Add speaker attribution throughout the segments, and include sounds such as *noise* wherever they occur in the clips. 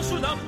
Speaker 1: 재미있어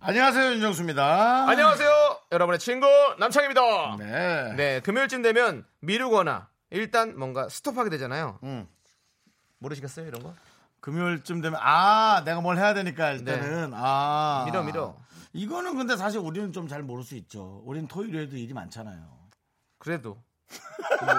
Speaker 1: 안녕하세요 윤정수입니다
Speaker 2: 안녕하세요. 여러분의 친구 남창입니다. 아. 네.
Speaker 1: 네.
Speaker 2: 금요일쯤 되면 미루거나 일단 뭔가 스톱하게 되잖아요.
Speaker 1: 음.
Speaker 2: 모르시겠어요 이런 거?
Speaker 1: 금요일쯤 되면 아 내가 뭘 해야 되니까 일단은
Speaker 2: 네.
Speaker 1: 아
Speaker 2: 밀어, 밀어.
Speaker 1: 이거는 근데 사실 우리는 좀 잘 모를 수 있죠 우린 토요일에도 일이
Speaker 2: *laughs*
Speaker 1: 많잖아요
Speaker 2: 그래도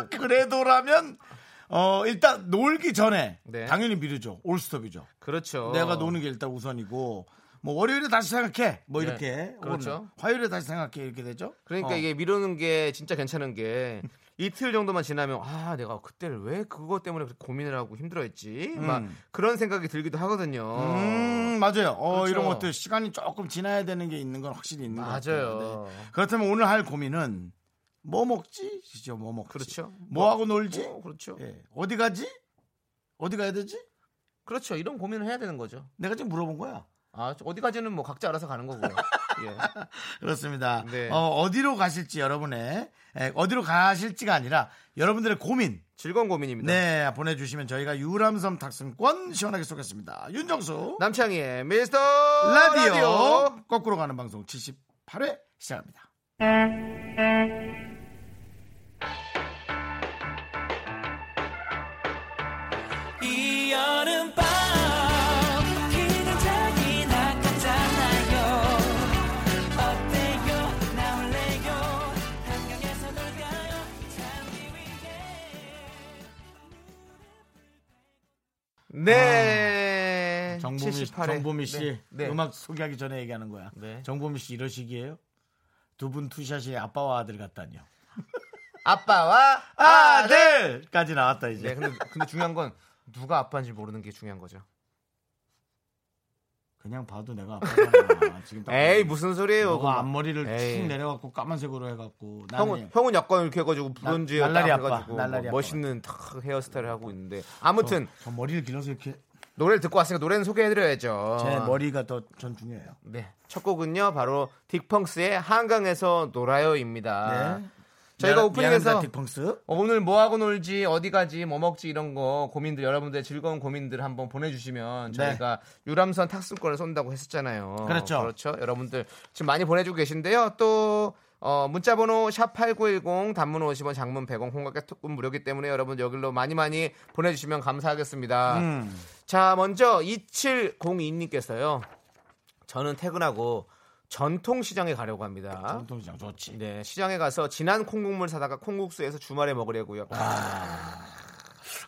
Speaker 1: 그래도라면 어 일단 놀기 전에
Speaker 2: 네.
Speaker 1: 당연히 미루죠 올스톱이죠
Speaker 2: 그렇죠.
Speaker 1: 내가 노는 게 일단 우선이고 뭐 월요일에 다시 생각해 뭐
Speaker 2: 네.
Speaker 1: 이렇게
Speaker 2: 그렇죠.
Speaker 1: 혹은 화요일에 다시 생각해 이렇게 되죠
Speaker 2: 그러니까
Speaker 1: 어.
Speaker 2: 이게 미루는 게 진짜 괜찮은 *laughs* 게 이틀 정도만 지나면 아 내가 그때를 왜 그거 때문에 그렇게 고민을 하고 힘들어했지 막
Speaker 1: 음.
Speaker 2: 그런 생각이 들기도 하거든요.
Speaker 1: 음 맞아요 어
Speaker 2: 그렇죠.
Speaker 1: 이런 것들 시간이 조금 지나야 되는 게 있는 건 확실히 있는 것 같아요
Speaker 2: 맞아요.
Speaker 1: 네. 그렇다면 오늘 할 고민은 뭐 먹지 진짜 뭐 먹지
Speaker 2: 그렇죠.
Speaker 1: 뭐, 하고 놀지
Speaker 2: 어, 그렇죠.
Speaker 1: 예. 어디 가지 어디 가야 되지
Speaker 2: 그렇죠. 이런 고민을 해야 되는 거죠.
Speaker 1: 내가 지금 물어본 거야
Speaker 2: 아 어디까지는 뭐 각자 알아서 가는 *laughs* 거고요. 예.
Speaker 1: 그렇습니다.
Speaker 2: 네.
Speaker 1: 어, 디로 가실지 여러분의 에, 어디로 가실지가 아니라 여러분들의 고민
Speaker 2: 즐거운 고민입니다.
Speaker 1: 네 보내주시면 저희가 유람선 탁승권 시원하게 쏘겠습니다. 윤정수
Speaker 2: 남창희의 미스터
Speaker 1: 라디오.
Speaker 2: 라디오.
Speaker 1: 거꾸로 가는 방송 78회 시작합니다.
Speaker 3: 이 여름밤 그냥 자기 나갔잖아요 어때요 나올래요 한강에서 놀까요 잠기 위해
Speaker 2: 네.
Speaker 1: 아, 정보미, 씨,
Speaker 2: 78회.
Speaker 1: 정보미 씨
Speaker 2: 네. 네.
Speaker 1: 음악 소개하기 전에 얘기하는 거야.
Speaker 2: 네.
Speaker 1: 정보미 씨 이러시기에요? 두 분 투샷이 아빠와 아들 같다니요.
Speaker 2: 아빠와 아들.
Speaker 1: 아들까지 나왔다 이제.
Speaker 2: 네. 근데 근데 중요한 건 누가 아빠인지 모르는 게 중요한 거죠.
Speaker 1: 그냥 봐도 내가
Speaker 2: *laughs*
Speaker 1: 아빠잖아. 지금 딱
Speaker 2: 에이
Speaker 1: 보면.
Speaker 2: 무슨 소리예요?
Speaker 1: 너가
Speaker 2: 그거.
Speaker 1: 앞머리를
Speaker 2: 에이.
Speaker 1: 툭 내려갖고 까만색으로 해갖고 나는
Speaker 2: 형은 형은 약간 이렇게 해가지고 브론즈
Speaker 1: 날라리
Speaker 2: 딱
Speaker 1: 아빠,
Speaker 2: 해가지고 뭐
Speaker 1: 날라리 아빠
Speaker 2: 멋있는 탁 헤어스타일을 하고 있는데 아무튼
Speaker 1: 저, 저 머리를 길어서 이렇게
Speaker 2: 노래를 듣고 왔으니까 노래는 소개해드려야죠.
Speaker 1: 제 머리가 더 전 중요해요.
Speaker 2: 네. 첫 곡은요 바로 딕펑스의 한강에서 놀아요입니다.
Speaker 1: 네.
Speaker 2: 저희가
Speaker 1: 야-
Speaker 2: 오프닝에서
Speaker 1: 야간다 딕펑스
Speaker 2: 어, 오늘 뭐 하고 놀지 어디 가지 뭐 먹지 이런 거 고민들 여러분들의 즐거운 고민들 한번 보내주시면 저희가 유람선 탁수권을 쏜다고 했었잖아요.
Speaker 1: 네. 그렇죠.
Speaker 2: 그렇죠. 여러분들 지금 많이 보내주고 계신데요. 또 어, 문자번호 샵 #8910 단문 50원, 장문 100원, 콩깍개 톡은 무료기 때문에 여러분 여기로 많이 많이 보내주시면 감사하겠습니다.
Speaker 1: 음.
Speaker 2: 자 먼저 2702님께서요. 저는 퇴근하고 전통시장에 가려고 합니다.
Speaker 1: 전통시장 좋지.
Speaker 2: 네, 시장에 가서 진한 콩국물 사다가 콩국수에서 주말에 먹으려고요.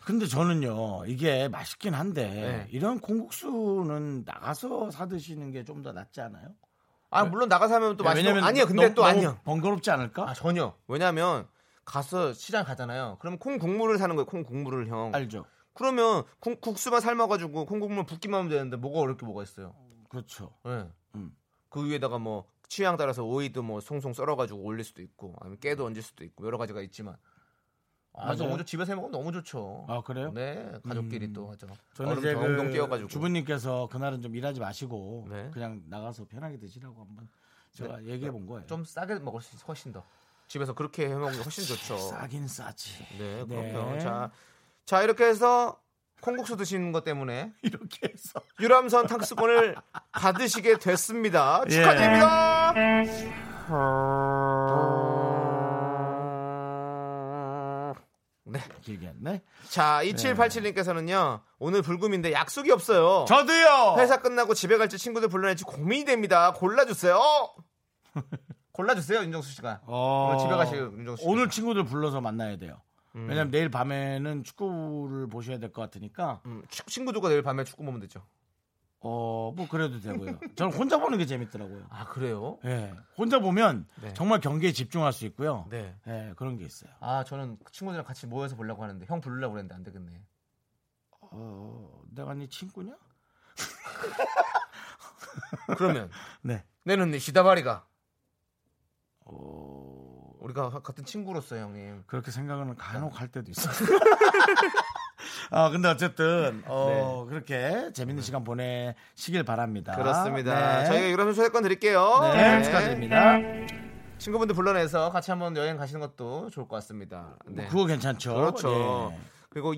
Speaker 1: 근데 저는요 이게 맛있긴 한데
Speaker 2: 네.
Speaker 1: 이런 콩국수는 나가서 사 드시는 게 좀 더 낫지 않아요?
Speaker 2: 아, 물론 나가서 하면 또 맛있는
Speaker 1: 네. 왜냐면
Speaker 2: 아니요. 근데
Speaker 1: 너무-
Speaker 2: 또
Speaker 1: 너무
Speaker 2: 아니요.
Speaker 1: 번거롭지 않을까?
Speaker 2: 아, 전혀. 왜냐면 가서 시장 가잖아요. 그럼 콩국물을 사는 거예요. 콩국물을 형.
Speaker 1: 알죠.
Speaker 2: 그러면 콩, 국수만 삶아 가지고 콩국물 붓기만 하면 되는데 뭐가 어렵게 뭐가 있어요.
Speaker 1: 그렇죠.
Speaker 2: 예.
Speaker 1: 음.
Speaker 2: 그 위에다가 뭐 취향 따라서 오이도 뭐 송송 썰어 가지고 올릴 수도 있고 아니면 깨도 얹을 수도 있고 여러 가지가 있지만 아,
Speaker 1: 맞아요.
Speaker 2: 너무 좋 집에서 해 먹으면 너무 좋죠.
Speaker 1: 아 그래요?
Speaker 2: 네, 가족끼리 또 하죠.
Speaker 1: 저는
Speaker 2: 얼음
Speaker 1: 이제
Speaker 2: 덩덩
Speaker 1: 그
Speaker 2: 띄워가지고.
Speaker 1: 주부님께서 그날은 좀 일하지 마시고
Speaker 2: 네.
Speaker 1: 그냥 나가서 편하게 드시라고 한번 제가 얘기해 본 거예요.
Speaker 2: 좀 싸게 먹을 수 있어 훨씬 더 집에서 그렇게 해 먹는 게 훨씬 좋죠.
Speaker 1: 싸긴 싸지.
Speaker 2: 네, 그럼요. 자, 자 이렇게 해서 콩국수 드시는 것 때문에
Speaker 1: *laughs* 이렇게 해서
Speaker 2: 유람선 탕수권을 *laughs* 받으시게 됐습니다. 축하드립니다. 네.
Speaker 1: 길게 했네.
Speaker 2: 자, 2787님께서는요. 오늘 불금인데 약속이 없어요.
Speaker 1: 저도요.
Speaker 2: 회사 끝나고 집에 갈지 친구들 불러낼지 고민이 됩니다. 골라주세요. *laughs* 골라주세요, 윤정수 씨가.
Speaker 1: 어,
Speaker 2: 오늘 집에 가실 윤정수 씨.
Speaker 1: 오늘 친구들 불러서 만나야 돼요.
Speaker 2: 음.
Speaker 1: 왜냐면 내일 밤에는 축구를 보셔야 될 것 같으니까
Speaker 2: 음, 축- 친구들과 내일 밤에 축구 보면 되죠.
Speaker 1: 어뭐 그래도 되고요. 저는 혼자 보는 게 재밌더라고요.
Speaker 2: 아 그래요?
Speaker 1: 예, 혼자 보면
Speaker 2: 네.
Speaker 1: 정말 경기에 집중할 수 있고요.
Speaker 2: 네.
Speaker 1: 예, 그런 게 있어요.
Speaker 2: 아 저는 친구들이랑 같이 모여서 보려고 하는데 형 부르려고 그랬는데 안 되겠네. 어,
Speaker 1: 어, 내가 네 친구냐?
Speaker 2: 그러면
Speaker 1: 네.
Speaker 2: 내는 시다바리가. 우리가 같은 친구로서 형님.
Speaker 1: 그렇게 생각은 간혹 할 때도 있어요. *laughs* 아, 근데 어쨌든, 어, 그렇게 재밌는 시간 보내시길 바랍니다.
Speaker 2: 네. 그렇습니다.
Speaker 1: 네.
Speaker 2: 저희가 유람선 초대권 드릴게요.
Speaker 1: 네,
Speaker 2: 네.
Speaker 1: 축하드립니다.
Speaker 2: 친구분들 불러내서 같이 한번 여행 가시는 것도 좋을 것 같습니다. 네.
Speaker 1: 그거 괜찮죠?
Speaker 2: 그렇죠.
Speaker 1: 예.
Speaker 2: 그리고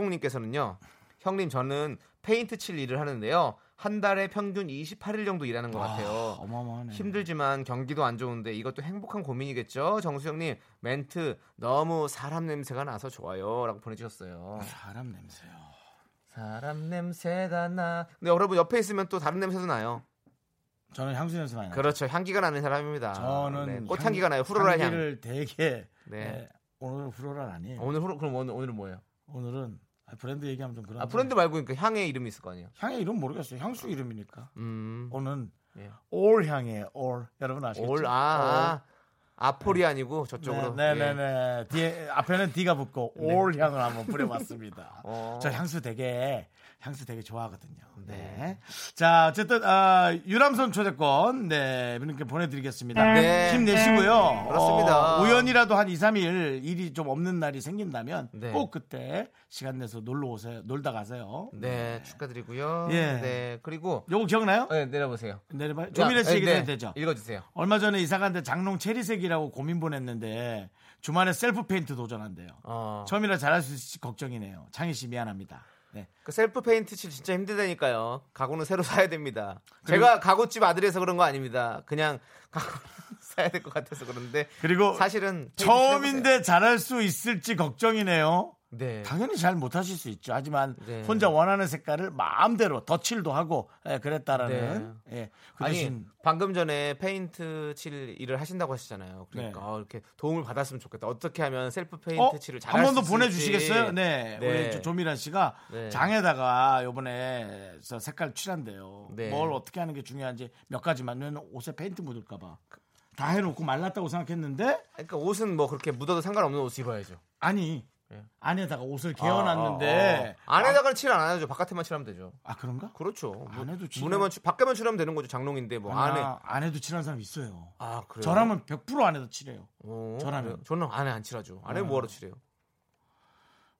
Speaker 2: 2680님께서는요. 형님 저는 페인트 칠 일을 하는데요. 한 달에 평균 28일 정도 일하는 것 같아요.
Speaker 1: 어마어마하네.
Speaker 2: 힘들지만 경기도 안 좋은데 이것도 행복한 고민이겠죠? 정수영님 멘트 너무 사람 냄새가 나서 좋아요라고 보내주셨어요.
Speaker 1: 사람 냄새요.
Speaker 2: 사람 냄새가 나. 근데 여러분 옆에 있으면 또 다른 냄새도 나요.
Speaker 1: 저는 향수 냄새 많이 나요.
Speaker 2: 그렇죠. 향기가 나는 사람입니다.
Speaker 1: 네. 저는
Speaker 2: 네, 꽃향기가 나요. 후로라 향.
Speaker 1: 향기를 되게
Speaker 2: 네.
Speaker 1: 네, 오늘은 후로라 아니에요.
Speaker 2: 오늘 후로 그럼 오늘, 오늘은 뭐예요?
Speaker 1: 오늘은 아, 브랜드 얘기하면 좀 그런.
Speaker 2: 아 브랜드 말고 그러니까 향의 이름이 있을 거 아니에요.
Speaker 1: 향의 이름 모르겠어요. 향수 이름이니까.
Speaker 2: 음.
Speaker 1: 오늘은
Speaker 2: 아. 예.
Speaker 1: 올 향이에요. 올 여러분 아시겠죠? 어. 네.
Speaker 2: 올, 아, 아 아폴이 아니고 저쪽으로.
Speaker 1: 네네네.
Speaker 2: 예. 네.
Speaker 1: 뒤에 앞에는 D가 붙고 올 향을 한번 뿌려봤습니다.
Speaker 2: *laughs* 어.
Speaker 1: 저 향수 되게 향수 되게 좋아하거든요. 네. 자 어쨌든 아, 유람선 초대권 네 이렇게 보내드리겠습니다.
Speaker 2: 네.
Speaker 1: 힘내시고요.
Speaker 2: 그렇습니다.
Speaker 1: 어, 우연이라도 한 2, 3일 일이 좀 없는 날이 생긴다면
Speaker 2: 네.
Speaker 1: 꼭 그때 시간 내서 놀러 오세요. 놀다 가세요.
Speaker 2: 네, 축하드리고요.
Speaker 1: 예.
Speaker 2: 네, 그리고
Speaker 1: 요거 기억나요?
Speaker 2: 네, 내려보세요.
Speaker 1: 내려봐요. 조미래 씨
Speaker 2: 자,
Speaker 1: 얘기도
Speaker 2: 네,
Speaker 1: 해도 되죠.
Speaker 2: 읽어주세요.
Speaker 1: 얼마 전에 이사 갔는데 장롱 체리색이라고 고민 보냈는데 주말에 셀프 페인트 도전한대요.
Speaker 2: 어.
Speaker 1: 처음이라 잘할 수 있을지 걱정이네요. 창희 씨 미안합니다. 네.
Speaker 2: 그 셀프 페인트 칠 진짜 힘들다니까요. 가구는 새로 사야 됩니다. 제가 가구집 아들이라서 그런 거 아닙니다. 그냥 가구 *laughs* 사야 될 것 같아서 그런데
Speaker 1: 그리고
Speaker 2: 사실은 페인트 칠해보세요.
Speaker 1: 처음인데 잘할 수 있을지 걱정이네요.
Speaker 2: 네.
Speaker 1: 당연히 잘 못하실 수 있죠. 하지만
Speaker 2: 네.
Speaker 1: 혼자 원하는 색깔을 마음대로 덧칠도 하고 예, 그랬다라는. 예. 그
Speaker 2: 네. 아니
Speaker 1: 대신
Speaker 2: 방금 전에 페인트 칠 일을 하신다고 하시잖아요. 그러니까
Speaker 1: 네.
Speaker 2: 어, 이렇게 도움을 받았으면 좋겠다. 어떻게 하면 셀프
Speaker 1: 어?
Speaker 2: 페인트 칠을
Speaker 1: 한
Speaker 2: 잘할
Speaker 1: 번 더
Speaker 2: 수
Speaker 1: 보내주시겠어요?
Speaker 2: 있을지.
Speaker 1: 네. 우리 저 조미란 씨가
Speaker 2: 네.
Speaker 1: 장에다가 요번에 저 색깔 칠한대요.
Speaker 2: 네.
Speaker 1: 뭘 어떻게 하는 게 중요한지 몇 가지만 왜냐면 옷에 페인트 묻을까봐. 다 해놓고 말랐다고 생각했는데
Speaker 2: 그러니까 옷은 뭐 그렇게 묻어도 상관없는 옷 입어야죠.
Speaker 1: 아니 안에다가 옷을 개어놨는데
Speaker 2: 네. 아, 아, 아. 안에다가는 칠 안 하죠. 바깥에만 칠하면 되죠.
Speaker 1: 아 그런가?
Speaker 2: 그렇죠.
Speaker 1: 안에도 칠-
Speaker 2: 문에만 칠- 밖에만 칠하면 되는 거죠. 장롱인데 뭐
Speaker 1: 아,
Speaker 2: 안에.
Speaker 1: 안에 안에도 칠한 사람 있어요.
Speaker 2: 아 그래요.
Speaker 1: 저라면 100% 안에도 칠해요.
Speaker 2: 어,
Speaker 1: 저라면.
Speaker 2: 그래요? 저는 안에 안 칠하죠. 안에 뭐하러 칠해요?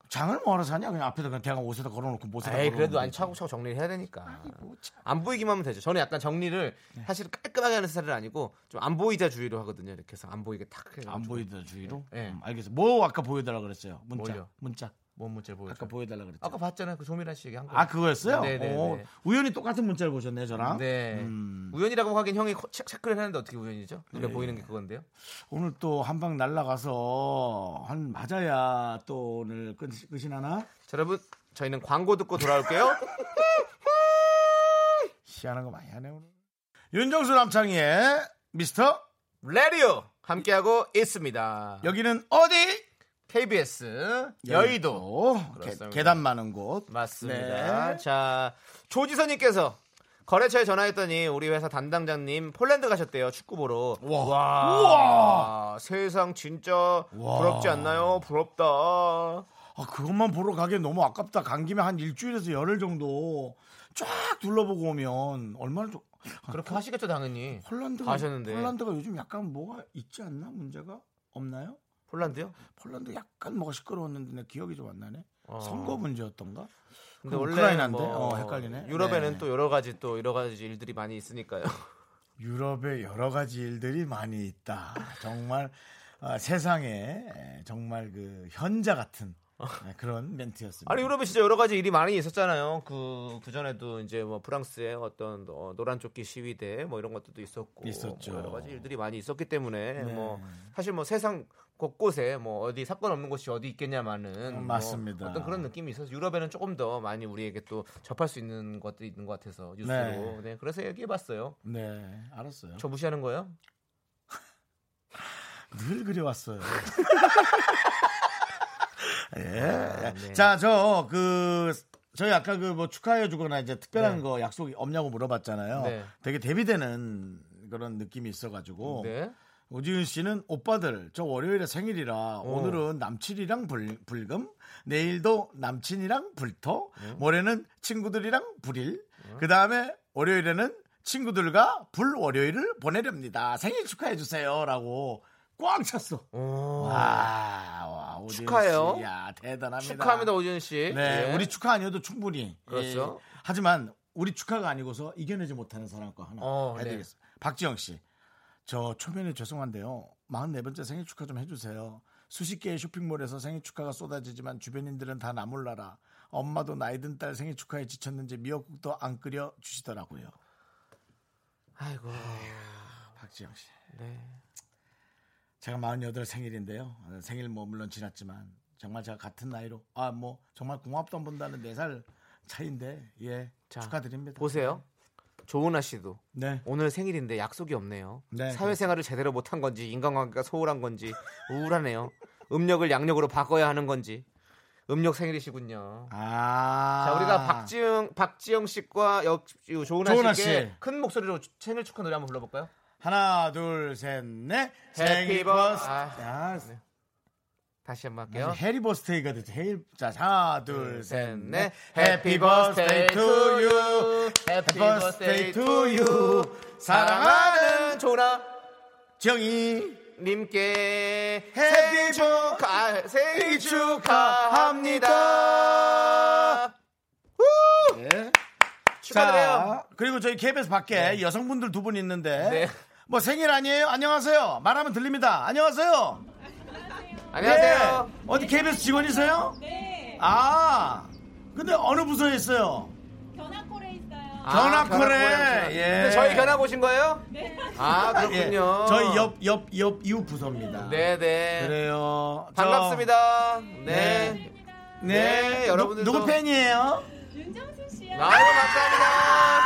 Speaker 1: 장을 뭐하러 사냐? 그냥 앞에다 그냥 대강 옷에다 걸어놓고 못에다
Speaker 2: 에이 그래도
Speaker 1: 걸어놓으면
Speaker 2: 안
Speaker 1: 되지.
Speaker 2: 차곡차곡 정리를 해야 되니까. 네.
Speaker 1: 뭐 참.
Speaker 2: 안 보이기만 하면 되죠. 저는 약간 정리를 사실 깔끔하게 하는 스타일은 아니고 좀 안 보이자 주의로 하거든요. 이렇게 해서 안 보이게 탁 해가지고.
Speaker 1: 안 보이더라 주위로.
Speaker 2: 네.
Speaker 1: 음, 알겠어. 뭐 아까 보여달라 그랬어요. 문자.
Speaker 2: 뭘요?
Speaker 1: 문자.
Speaker 2: 뭔 문제 보여?
Speaker 1: 아까
Speaker 2: 아까,
Speaker 1: 보여달라 그랬죠.
Speaker 2: 아까 봤잖아요. 그 조미란 씨 얘기한 거.
Speaker 1: 아 그거였어요?
Speaker 2: 네네네.
Speaker 1: 오, 우연히 똑같은 문자를 보셨네요 저랑. 음,
Speaker 2: 네. 우연이라고 하긴 형이 코- 체- 체크를 하는데 어떻게 우연이죠? 눈에 보이는 게 그건데요.
Speaker 1: 오늘 또 한 방 날라가서 한 맞아야 또 오늘 끝, 끝이 나나?
Speaker 2: 자, 여러분 저희는 광고 듣고 *laughs* 돌아올게요.
Speaker 1: 희한한 거 많이 하네 오늘. 윤정수 남창희의 미스터
Speaker 2: 아. 레디오 함께하고 있습니다.
Speaker 1: 여기는 어디?
Speaker 2: KBS 여의도.
Speaker 1: 개-
Speaker 2: 그렇습니다.
Speaker 1: 계단 많은 곳.
Speaker 2: 맞습니다.
Speaker 1: 네.
Speaker 2: 자, 조지선님께서 거래처에 전화했더니 우리 회사 담당자님 폴란드 가셨대요. 축구 보러.
Speaker 1: 와.
Speaker 2: 아, 세상 진짜 부럽지 않나요? 부럽다.
Speaker 1: 아, 그것만 보러 가기엔 너무 아깝다. 간 김에 한 일주일에서 열흘 정도 쫙 둘러보고 오면 얼마나 좋.
Speaker 2: 그렇게 하시겠죠, 당연히.
Speaker 1: 폴란드가
Speaker 2: 가셨는데.
Speaker 1: 폴란드가 요즘 약간 뭐가 있지 않나 문제가 없나요?
Speaker 2: 폴란드요?
Speaker 1: 폴란드 약간 뭐가 시끄러웠는데 내 기억이 좀 안 나네.
Speaker 2: 어.
Speaker 1: 선거 문제였던가?
Speaker 2: 근데
Speaker 1: 그럼
Speaker 2: 원래
Speaker 1: 우크라이나인데?
Speaker 2: 뭐
Speaker 1: 어, 헷갈리네.
Speaker 2: 유럽에는
Speaker 1: 네.
Speaker 2: 또 여러 가지 또 여러 가지 일들이 많이 있으니까요.
Speaker 1: 유럽에 여러 가지 일들이 많이 있다. 정말 아, 세상에 에, 정말 그 현자 같은 네, 그런 멘트였습니다.
Speaker 2: 아니 유럽에 진짜 여러 가지 일이 많이 있었잖아요. 그그 전에도 이제 뭐 프랑스의 어떤 어, 노란 조끼 시위대 뭐 이런 것들도 있었고
Speaker 1: 있었죠. 네.
Speaker 2: 뭐 여러 가지 일들이 많이 있었기 때문에 뭐 사실 뭐 세상 곳곳에 뭐 어디 사건 없는 곳이 어디 있겠냐마는 뭐
Speaker 1: 맞습니다.
Speaker 2: 어떤 그런 느낌이 있어서 유럽에는 조금 더 많이 우리에게 또 접할 수 있는 것들이 있는 것 같아서 뉴스로 네, 그래서 얘기해봤어요.
Speaker 1: 네, 알았어요.
Speaker 2: 저 무시하는 거예요?
Speaker 1: 늘
Speaker 2: *laughs*
Speaker 1: 그래왔어요. 예.
Speaker 2: 네.
Speaker 1: 자, 저, 그, 저희 아까 그 뭐 축하해주거나 이제 특별한 거 약속이 없냐고 물어봤잖아요.
Speaker 2: 네.
Speaker 1: 되게 대비되는 그런 느낌이 있어가지고.
Speaker 2: 네.
Speaker 1: 오지윤 씨는 오빠들, 저 월요일에
Speaker 2: 어.
Speaker 1: 생일이라 오늘은 남친이랑 불, 불금, 내일도
Speaker 2: 네.
Speaker 1: 남친이랑 불토, 모레는 친구들이랑 불일, 그 다음에 월요일에는 친구들과 불 월요일을 보내렵니다. 생일 축하해 주세요라고 꽉 찼어.
Speaker 2: 오.
Speaker 1: 와, 와 오디언스.
Speaker 2: 축하해요.
Speaker 1: 야 대단합니다.
Speaker 2: 축하합니다, 오준 씨.
Speaker 1: 네,
Speaker 2: 예.
Speaker 1: 우리 축하 아니어도 충분히.
Speaker 2: 그렇죠.
Speaker 1: 예. 하지만 우리 축하가 아니고서 이겨내지 못하는 사람과 하나
Speaker 2: 어,
Speaker 1: 해드리겠습니다. 박지영 씨, 저 초면에 죄송한데요. 44번째 생일 축하 좀 해주세요. 수십 개의 쇼핑몰에서 생일 축하가 쏟아지지만 주변인들은 다 나몰라라. 엄마도 나이 든 딸 생일 축하에 지쳤는지 미역국도 안 끓여 주시더라고요.
Speaker 2: 아이고.
Speaker 1: 박지영 씨.
Speaker 2: 네.
Speaker 1: 제가 48 생일인데요. 어, 생일 뭐 물론 지났지만 정말 제가 같은 나이로 아 뭐 정말 궁합도 안 본다는 4살 차인데 예
Speaker 2: 자,
Speaker 1: 축하드립니다.
Speaker 2: 보세요. 조은아 씨도
Speaker 1: 네.
Speaker 2: 오늘 생일인데 약속이 없네요.
Speaker 1: 네,
Speaker 2: 사회생활을 제대로 못한 건지 인간관계가 소홀한 건지 우울하네요. *laughs* 음력을 양력으로 바꿔야 하는 건지 음력 생일이시군요.
Speaker 1: 아.
Speaker 2: 자 우리가 박지영 박지영 씨과 역 요- 조은아,
Speaker 1: 조은아
Speaker 2: 씨께
Speaker 1: 씨.
Speaker 2: 큰 목소리로 생일 축하 노래 한번 불러볼까요?
Speaker 1: 하나, 둘, 셋, 넷.
Speaker 2: 해피
Speaker 1: 생일
Speaker 2: 버-
Speaker 1: 버스.
Speaker 2: 아,
Speaker 1: 아,
Speaker 2: 네. 다시 한번 할게요.
Speaker 1: 해리 버스데이가 됐죠. 해리. 자, 하나, 둘, 셋, 넷.
Speaker 2: 해피
Speaker 1: 해피
Speaker 2: 버스데이
Speaker 1: 버스데이
Speaker 2: 투
Speaker 1: 투
Speaker 2: 유.
Speaker 1: 유.
Speaker 2: 해피
Speaker 1: 해피 버스데이
Speaker 2: 버스데이 투
Speaker 1: 투 유.
Speaker 2: 사랑하는
Speaker 1: 사랑하는
Speaker 2: 조나
Speaker 1: 정이
Speaker 2: 님께
Speaker 1: 해피 버
Speaker 2: 축하 아,
Speaker 1: 생일
Speaker 2: 생일 축하합니다.
Speaker 1: 예.
Speaker 2: 축하드려요.
Speaker 1: 자, 그리고 저희 KBS 밖에 여성분들 두 분 있는데.
Speaker 2: 네.
Speaker 1: 뭐 생일 아니에요? 안녕하세요. 말하면 들립니다. 안녕하세요.
Speaker 2: 안녕하세요.
Speaker 1: 네. 어디 KBS 직원이세요?
Speaker 4: 네,
Speaker 1: 아. 근데 어느 부서에 있어요?
Speaker 4: 견학골에 있어요.
Speaker 2: 아,
Speaker 1: 견학
Speaker 2: 견학
Speaker 1: 거래.
Speaker 2: 거래.
Speaker 1: 예.
Speaker 2: 근데 저희 견학 오신 거예요?
Speaker 4: 네.
Speaker 2: 아 그렇군요.
Speaker 1: 예, 저희 옆, 옆, 옆 이웃 부서입니다.
Speaker 2: 네네.
Speaker 1: 그래요. 저-
Speaker 2: 반갑습니다. 네.
Speaker 1: 네.
Speaker 2: 네,
Speaker 1: 누-
Speaker 2: 여러분들도-
Speaker 1: 누구 팬이에요?
Speaker 4: 윤정수 씨요.
Speaker 2: 아유 네, 감사합니다.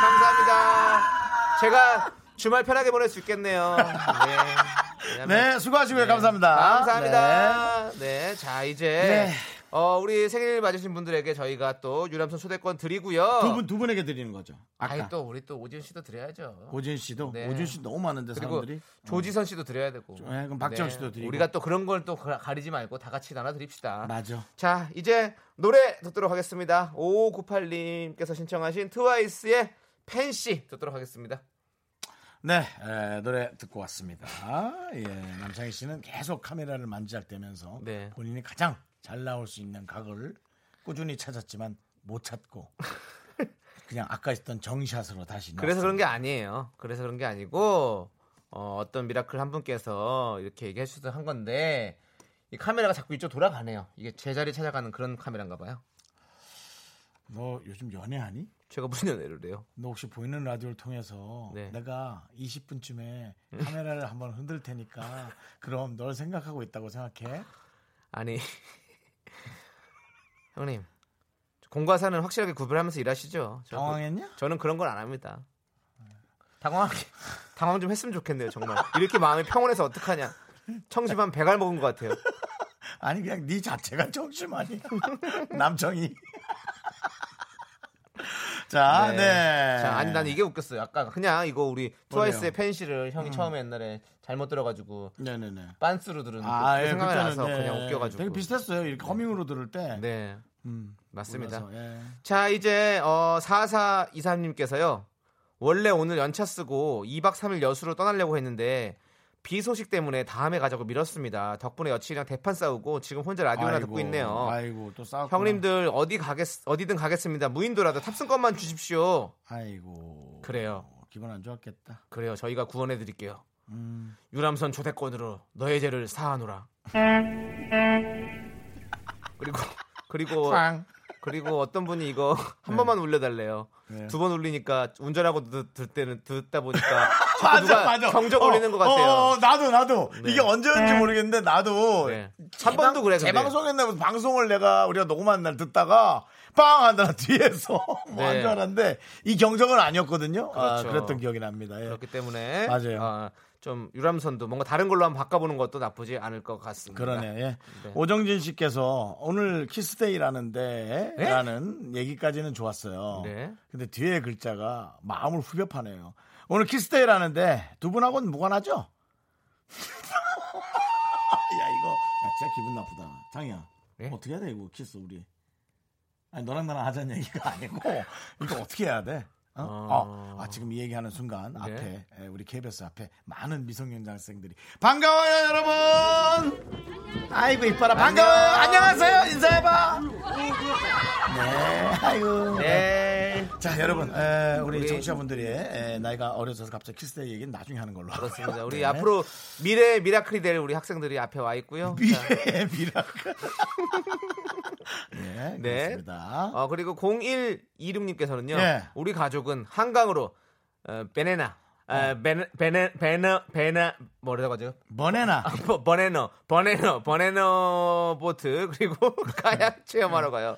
Speaker 2: 감사합니다. 제가 주말 편하게 보낼 수 있겠네요. 네. 왜냐면-
Speaker 1: 네, 수고하시고요. 감사합니다.
Speaker 2: 감사합니다. 네, 자 이제
Speaker 1: 네.
Speaker 2: 어, 우리 생일 맞으신 분들에게 저희가 또 유람선 초대권 드리고요.
Speaker 1: 두 분, 두 분에게 드리는 거죠. 아까.
Speaker 2: 아니 또 우리 또 오지은 씨도 드려야죠.
Speaker 1: 오진 씨도.
Speaker 2: 네.
Speaker 1: 오진 씨 너무 많은데,
Speaker 2: 그리고
Speaker 1: 사람들이.
Speaker 2: 조지선 씨도 드려야 되고.
Speaker 1: 네, 그럼 박지원 씨도 드리고.
Speaker 2: 우리가 또 그런 걸 또 가리지 말고 다 같이 나눠 드립시다.
Speaker 1: 어, 맞아.
Speaker 2: 자, 이제 노래 듣도록 하겠습니다. 5598님께서 신청하신 트와이스의 팬시 듣도록 하겠습니다.
Speaker 1: 네, 에, 노래 듣고 왔습니다. 예, 남창희 씨는 계속 카메라를 만지작대면서
Speaker 2: 네.
Speaker 1: 본인이 가장 잘 나올 수 있는 각을 꾸준히 찾았지만 못
Speaker 2: *laughs*
Speaker 1: 찾고 그냥 아까 했던 정샷으로 다시
Speaker 2: 그래서 그런
Speaker 1: 나왔습니다.
Speaker 2: 게 아니에요. 그래서 그런 게 아니고 어, 떤 미라클 한 분께서 이렇게 얘기해 주셔서 한 건데 이 카메라가 자꾸 이쪽 돌아가네요. 이게 제자리 찾아가는 그런 카메라인가 봐요.
Speaker 1: 너 요즘 연애하니?
Speaker 2: 제가 무슨 연애를 해요?
Speaker 1: 너 혹시 보이는 라디오를 통해서
Speaker 2: 네. 음.
Speaker 1: 내가 20분쯤에 카메라를 한번 흔들 테니까
Speaker 2: *laughs*
Speaker 1: 그럼 널 생각하고 있다고 생각해?
Speaker 2: 아니 *laughs* 형님 공과 사는 확실하게 구별하면서 일하시죠. 저- 뭐
Speaker 1: 당황했냐?
Speaker 2: 저는 그런 걸 안 합니다. 당황하게 당황 좀 했으면 좋겠네요. 정말 이렇게 마음이 평온해서 어떡하냐? 청심한 배갈 먹은 것 같아요.
Speaker 1: 아니 그냥 네 자체가 *laughs* 정심 아니야 남정이 *laughs* 자 네,
Speaker 2: 자, 아니 난 이게 웃겼어요. 아까 그냥 이거 우리 트와이스의
Speaker 1: 뭐예요?
Speaker 2: 펜시를 형이 처음에 옛날에 잘못 들어가지고
Speaker 1: 네네네
Speaker 2: 빤스로 들은 그 생각이
Speaker 1: 그때는,
Speaker 2: 나서
Speaker 1: 네.
Speaker 2: 그냥 웃겨가지고.
Speaker 1: 되게 비슷했어요 이렇게 허밍으로 들을 때
Speaker 2: 네,
Speaker 1: 음,
Speaker 2: 맞습니다.
Speaker 1: 몰라서, 예.
Speaker 2: 자, 이제 어 4423님께서요. 원래 오늘 연차 쓰고 2박 3일 여수로 떠나려고 했는데 비 소식 때문에 다음에 가자고 미뤘습니다. 덕분에 여친이랑 대판 싸우고 지금 혼자 라디오나
Speaker 1: 아이고,
Speaker 2: 듣고 있네요.
Speaker 1: 아이고 또 싸웠고
Speaker 2: 형님들 어디 가겠 어디든 가겠습니다. 무인도라도 탑승권만 주십시오.
Speaker 1: 아이고
Speaker 2: 그래요.
Speaker 1: 기분 안 좋았겠다
Speaker 2: 그래요. 저희가 구원해 드릴게요.
Speaker 1: 음.
Speaker 2: 유람선 초대권으로 너의 죄를 사하노라. 그리고 그리고
Speaker 1: 빵.
Speaker 2: 그리고 어떤
Speaker 1: *laughs*
Speaker 2: 분이 이거 한 번만 울려달래요.
Speaker 1: 네.
Speaker 2: 두 번 울리니까 운전하고 듣, 들 때는
Speaker 1: *laughs*
Speaker 2: 듣다 보니까 자꾸
Speaker 1: 맞아
Speaker 2: 누가
Speaker 1: 맞아
Speaker 2: 경적
Speaker 1: 어,
Speaker 2: 울리는 것 같아요.
Speaker 1: 어, 어, 나도 나도
Speaker 2: 네.
Speaker 1: 이게 언제였는지 모르겠는데 나도
Speaker 2: 네.
Speaker 1: 재방-
Speaker 2: 한 번도 그래, 근데.
Speaker 1: 재방송했나 무슨 방송을 내가 우리가 녹음한 날 듣다가 빵 하다가 뒤에서 *laughs*
Speaker 2: 네.
Speaker 1: 뭐한줄 알았는데 이 경적은 아니었거든요. 아,
Speaker 2: 그렇죠.
Speaker 1: 그랬던 기억이 납니다. 예.
Speaker 2: 그렇기 때문에
Speaker 1: 맞아요.
Speaker 2: 아, 좀 유람선도 뭔가 다른 걸로 한번 바꿔보는 것도 나쁘지 않을 것 같습니다.
Speaker 1: 그러네. 예.
Speaker 2: 네.
Speaker 1: 오정진 씨께서 오늘 키스데이라는데
Speaker 2: 네?
Speaker 1: 라는 얘기까지는 좋았어요.
Speaker 2: 네.
Speaker 1: 근데 뒤에 글자가 마음을 후벼파네요. 오늘 키스데이라는데 두 분하고는 무관하죠? *laughs* 야 이거 나 진짜 기분 나쁘다. 장이야.
Speaker 2: 네?
Speaker 1: 어떻게 해야 돼 이거 키스 우리? 아니 너랑 나랑 하자는 얘기가 아니고 이거 어떻게 해야 돼? 어?
Speaker 2: 아.
Speaker 1: 어. 아, 지금 이 얘기하는 순간
Speaker 2: 네.
Speaker 1: 앞에 에, 우리 KBS 앞에 많은 미성년자학생들이 반가워요 여러분. 아이고 이뻐라 반가워요 안녕하세요 인사해봐. 네 아이고.
Speaker 2: 네.
Speaker 1: 자 여러분 에, 우리,
Speaker 2: 우리-
Speaker 1: 청취자분들이 에, 나이가 어려져서 갑자기 키스대 얘기는 나중에 하는 걸로.
Speaker 2: 그렇습니다. 우리
Speaker 1: *laughs* 네.
Speaker 2: 앞으로 미래 미라클이 될 우리 학생들이 앞에 와 있고요. 자,
Speaker 1: 예, 미래의 미라클. *laughs* 네,
Speaker 2: 네.
Speaker 1: 그렇습니다.
Speaker 2: 어, 그리고 0126님께서는요.
Speaker 1: 예.
Speaker 2: 우리 가족은 한강으로 어, 베네나, 어, 베네, 베네, 베네, 베네, 뭐라고 하죠? 아,
Speaker 1: 버네나.
Speaker 2: 버- 버네너, 버네너, 버네너 보트 그리고 *laughs* 카약 체험하러
Speaker 1: 음.
Speaker 2: 가요.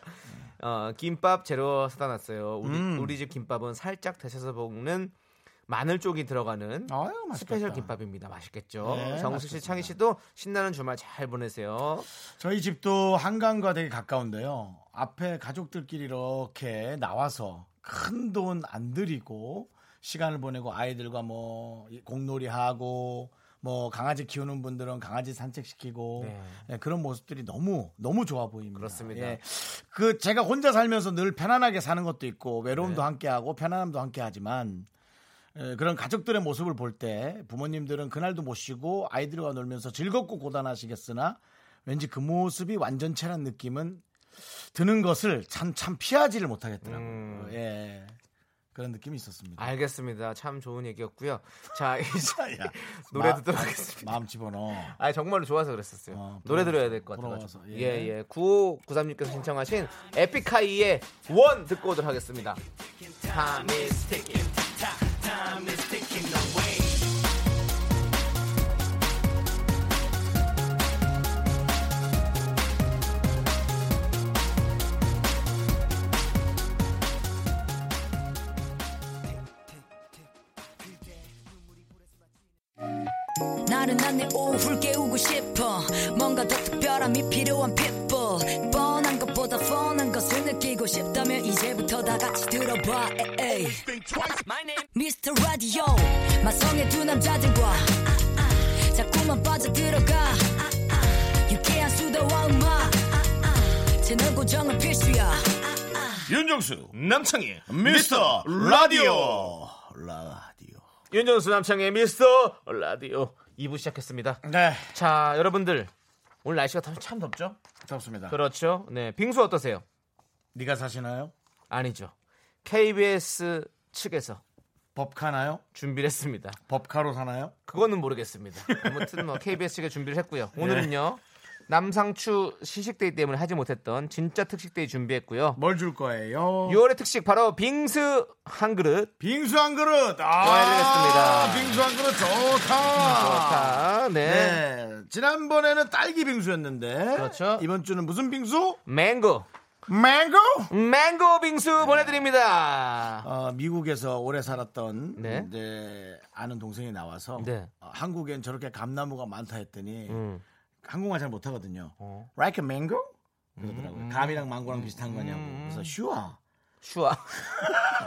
Speaker 2: 어, 김밥 재료 사다 놨어요. 우리,
Speaker 1: 음.
Speaker 2: 우리 집 김밥은 살짝 데쳐서 먹는 마늘 쪽이 들어가는
Speaker 1: 아유, 맛있겠다.
Speaker 2: 스페셜 김밥입니다. 맛있겠죠?
Speaker 1: 네,
Speaker 2: 정수 씨,
Speaker 1: 맛있겠습니다.
Speaker 2: 창희 씨도 신나는 주말 잘 보내세요.
Speaker 1: 저희 집도 한강과 되게 가까운데요. 앞에 가족들끼리 이렇게 나와서 큰 돈 안 들이고 시간을 보내고 아이들과 뭐 공놀이 하고 뭐 강아지 키우는 분들은 강아지 산책시키고
Speaker 2: 네.
Speaker 1: 예, 그런 모습들이 너무 너무 좋아 보입니다.
Speaker 2: 그렇습니다.
Speaker 1: 그 제가 혼자 살면서 늘 편안하게 사는 것도 있고 외로움도
Speaker 2: 네.
Speaker 1: 함께하고 편안함도 함께하지만 에, 그런 가족들의 모습을 볼 때 부모님들은 그날도 모시고 아이들과 놀면서 즐겁고 고단하시겠으나 왠지 그 모습이 완전체란 느낌은 드는 것을 참 참 피하지를 못하겠더라고요.
Speaker 2: 음.
Speaker 1: 예. 그런 느낌이 있었습니다.
Speaker 2: 알겠습니다. 참 좋은 얘기였고요. 자, *laughs* 이제
Speaker 1: 야,
Speaker 2: 아, 노래
Speaker 1: 마-
Speaker 2: 듣도록 하겠습니다.
Speaker 1: 마음 집어넣어.
Speaker 2: 아 정말로 좋아서 그랬었어요.
Speaker 1: 어,
Speaker 2: 노래
Speaker 1: 부러워서,
Speaker 2: 들어야 될 것
Speaker 1: 부러워서,
Speaker 2: 같아요.
Speaker 1: 예.
Speaker 2: 예예. 9593님께서 신청하신 에픽하이의 원 듣고 오도록 하겠습니다.
Speaker 5: 나른한 내 오후를 깨우고 싶어 뭔가 더 특별함이 필요한 people 뻔한 것보다 뻔한 것을 느끼고 싶다면 이제부터 다 같이 들어봐 에이. Mr. Radio 마성의 두 남자들과 자꾸만 빠져들어가 유쾌한 수다와 음악 채널 고정은 필수야
Speaker 1: 윤정수 남창희 미스터 라디오 라디오.
Speaker 2: 윤정수 남창의 미스터 라디오 2부 시작했습니다.
Speaker 1: 네,
Speaker 2: 자 여러분들 오늘 날씨가 참- 참 덥죠?
Speaker 1: 좋습니다.
Speaker 2: 그렇죠. 네 빙수 어떠세요?
Speaker 1: 네가 사시나요?
Speaker 2: 아니죠. KBS 측에서
Speaker 1: 법카나요?
Speaker 2: 준비를 했습니다.
Speaker 1: 법카로 사나요?
Speaker 2: 그거는 모르겠습니다. 아무튼 뭐 KBS 측에 준비를 했고요. 오늘은요. 남상추 시식데이 때문에 하지 못했던 진짜 특식데이 준비했고요.
Speaker 1: 뭘 줄 거예요?
Speaker 2: 6월의 특식 바로 빙수 한 그릇.
Speaker 1: 빙수 한 그릇. 아,
Speaker 2: 와해드렸습니다.
Speaker 1: 빙수 한 그릇 좋다.
Speaker 2: 좋다. 네.
Speaker 1: 네, 지난번에는 딸기 빙수였는데
Speaker 2: 그렇죠.
Speaker 1: 이번 주는 무슨 빙수?
Speaker 2: 망고.
Speaker 1: 망고.
Speaker 2: 망고 빙수 보내드립니다.
Speaker 1: 어, 미국에서 오래 살았던
Speaker 2: 네.
Speaker 1: 이제 아는 동생이 나와서
Speaker 2: 네.
Speaker 1: 어, 한국엔 저렇게 감나무가 많다 했더니
Speaker 2: 음.
Speaker 1: 한국말 잘 못하거든요.
Speaker 2: 어.
Speaker 1: Like a mango? 그러더라고요. 감이랑 망고랑 비슷한 거냐고. 그래서 슈아.
Speaker 2: 슈아.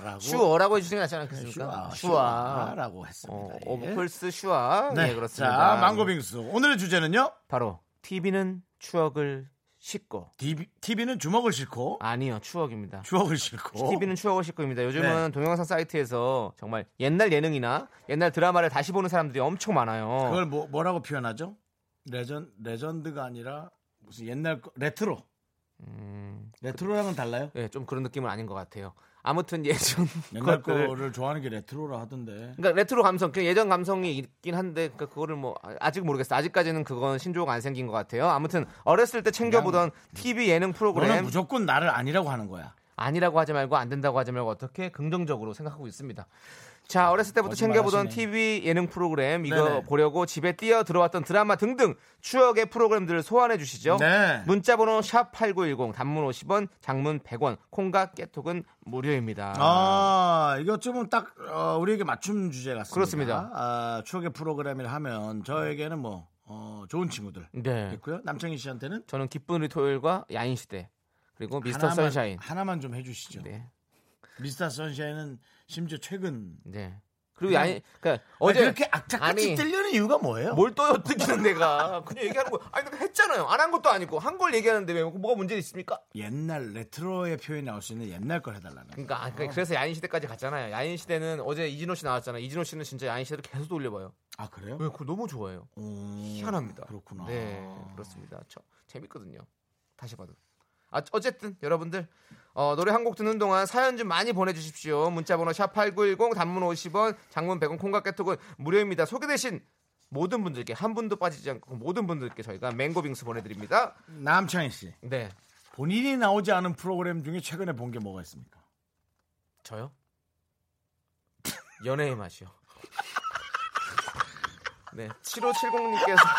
Speaker 1: 라고.
Speaker 2: 슈어라고 해주시는 게 낫지 않겠습니까?
Speaker 1: 슈아.
Speaker 2: 그러니까 슈아.
Speaker 1: 라고 했습니다.
Speaker 2: 어,
Speaker 1: 예.
Speaker 2: 오브콜스 슈아. 네, 그렇습니다.
Speaker 1: 자, 망고 빙수. 오늘의 주제는요.
Speaker 2: 바로 TV는 추억을 싣고.
Speaker 1: TV는 주먹을 싣고
Speaker 2: 아니요, 추억입니다.
Speaker 1: 주먹을 싣고
Speaker 2: TV는 추억을 네. 싣고 입니다. 요즘은 동영상 사이트에서 정말 옛날 예능이나 옛날 드라마를 다시 보는 사람들이 엄청 많아요.
Speaker 1: 그걸 뭐, 뭐라고 표현하죠? 레전 레전드가 아니라 무슨 옛날 거- 레트로.
Speaker 2: 음,
Speaker 1: 레트로랑은 달라요?
Speaker 2: 예, 좀 그런 느낌은 아닌 것 같아요. 아무튼 예전
Speaker 1: 옛날
Speaker 2: 것들을-
Speaker 1: 거를 좋아하는 게 레트로라 하던데.
Speaker 2: 그러니까 레트로 감성, 그 예전 감성이 있긴 한데 그거를뭐 아직 모르겠어. 요 아직까지는 그건 신조어가 안 생긴 것 같아요. 아무튼 어렸을 때 챙겨보던 TV 예능
Speaker 1: 너는
Speaker 2: 프로그램
Speaker 1: 뭐 무조건 나를 아니라고 하는 거야.
Speaker 2: 아니라고 하지 말고 안 된다고 하지 말고 어떻게 긍정적으로 생각하고 있습니다. 자, 어렸을 때부터 챙겨보던
Speaker 1: 거짓말하시네.
Speaker 2: TV 예능 프로그램 이거
Speaker 1: 네네.
Speaker 2: 보려고 집에 뛰어 들어왔던 드라마 등등 추억의 프로그램들을 소환해 주시죠.
Speaker 1: 네.
Speaker 2: 문자 번호 샵 8910 단문 50원, 장문 100원, 콩과 깨톡은 무료입니다.
Speaker 1: 아, 이거 좀 딱 어, 우리에게 맞춤 주제 같습니다.
Speaker 2: 그렇습니다.
Speaker 1: 아, 추억의 프로그램을 하면 저에게는 뭐 어, 좋은 친구들
Speaker 2: 네.
Speaker 1: 있고요. 남창희 씨한테는
Speaker 2: 저는 기쁜 우리 토요일과 야인 시대 그리고 미스터
Speaker 1: 하나만,
Speaker 2: 선샤인.
Speaker 1: 하나만 좀 해주시죠.
Speaker 2: 네.
Speaker 1: 미스터 선샤인은 심지어 최근
Speaker 2: 네. 그리고 아니 그러니까
Speaker 1: 어제
Speaker 2: 어제
Speaker 1: 그렇게 악착같이
Speaker 2: 아니,
Speaker 1: 뜰려는 이유가 뭐예요?
Speaker 2: 뭘 떠요 뜯기는 내가 그냥 얘기하는 거 아니 내가 했잖아요 안 한 것도 아니고 한 걸 얘기하는데 왜 뭐가 문제 있습니까?
Speaker 1: 옛날 레트로의 표현이 나올 수 있는 옛날 걸 해달라는 거.
Speaker 2: 그러니까, 아, 그러니까 그래서 야인 시대까지 갔잖아요. 야인 시대는 어제 이진호 씨 나왔잖아요. 이진호 씨는 진짜 야인 시대를 계속 돌려봐요.
Speaker 1: 아 그래요?
Speaker 2: 왜 그거 너무 좋아해요. 희한합니다.
Speaker 1: 음, 그렇구나.
Speaker 2: 네, 그렇습니다. 저 재밌거든요. 다시 봐도. 아, 어쨌든 여러분들 어, 노래 한 곡 듣는 동안 사연 좀 많이 보내주십시오. 문자번호 샵 #8910 단문 50원, 장문 100원, 콩과 깨톡은 무료입니다. 소개되신 모든 분들께 한 분도 빠지지 않고 모든 분들께 저희가 맹고 빙수 보내드립니다.
Speaker 1: 남창희 씨
Speaker 2: 네,
Speaker 1: 본인이 나오지 않은 프로그램 중에 최근에 본 게 뭐가 있습니까?
Speaker 2: 저요? 연애의 맛이요. *laughs* 네, 7570님께서
Speaker 1: 아,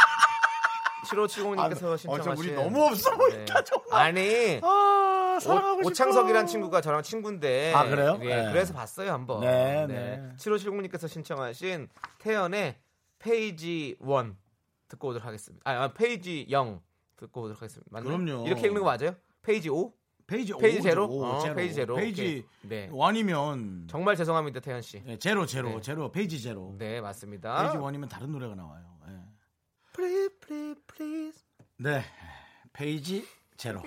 Speaker 2: 그러니까 7570님께서 신청하신 네.
Speaker 1: 어제 네. 우리 너무 *laughs* 없어 보인다 정말.
Speaker 2: 아니
Speaker 1: 아 사랑하고
Speaker 2: 오,
Speaker 1: 싶어.
Speaker 2: 창석이란 친구가 저랑 친구인데
Speaker 1: 아, 그래요?
Speaker 2: 예,
Speaker 1: 네.
Speaker 2: 그래서 봤어요 한번
Speaker 1: 네,
Speaker 2: 네,
Speaker 1: 네.
Speaker 2: 7570님께서 신청하신 태연의 페이지 1 듣고 오도록 하겠습니다 아, 아, 페이지 0 듣고 오도록 하겠습니다 맞나요?
Speaker 1: 그럼요.
Speaker 2: 이렇게 읽는 거 맞아요? 페이지 5?
Speaker 1: 페이지
Speaker 2: 페이지
Speaker 1: 오죠.
Speaker 2: 제로?
Speaker 1: 오,
Speaker 2: 어,
Speaker 1: 제로.
Speaker 2: 페이지 제로.
Speaker 1: 페이지
Speaker 2: 오케이. 네.
Speaker 1: 원이면
Speaker 2: 정말 죄송합니다 태연씨
Speaker 1: 네, 제로 제로
Speaker 2: 네.
Speaker 1: 제로 페이지 제로
Speaker 2: 네 맞습니다
Speaker 1: 페이지 원이면 다른 노래가 나와요. 예.
Speaker 2: Please, please, please.
Speaker 1: 네 페이지 제로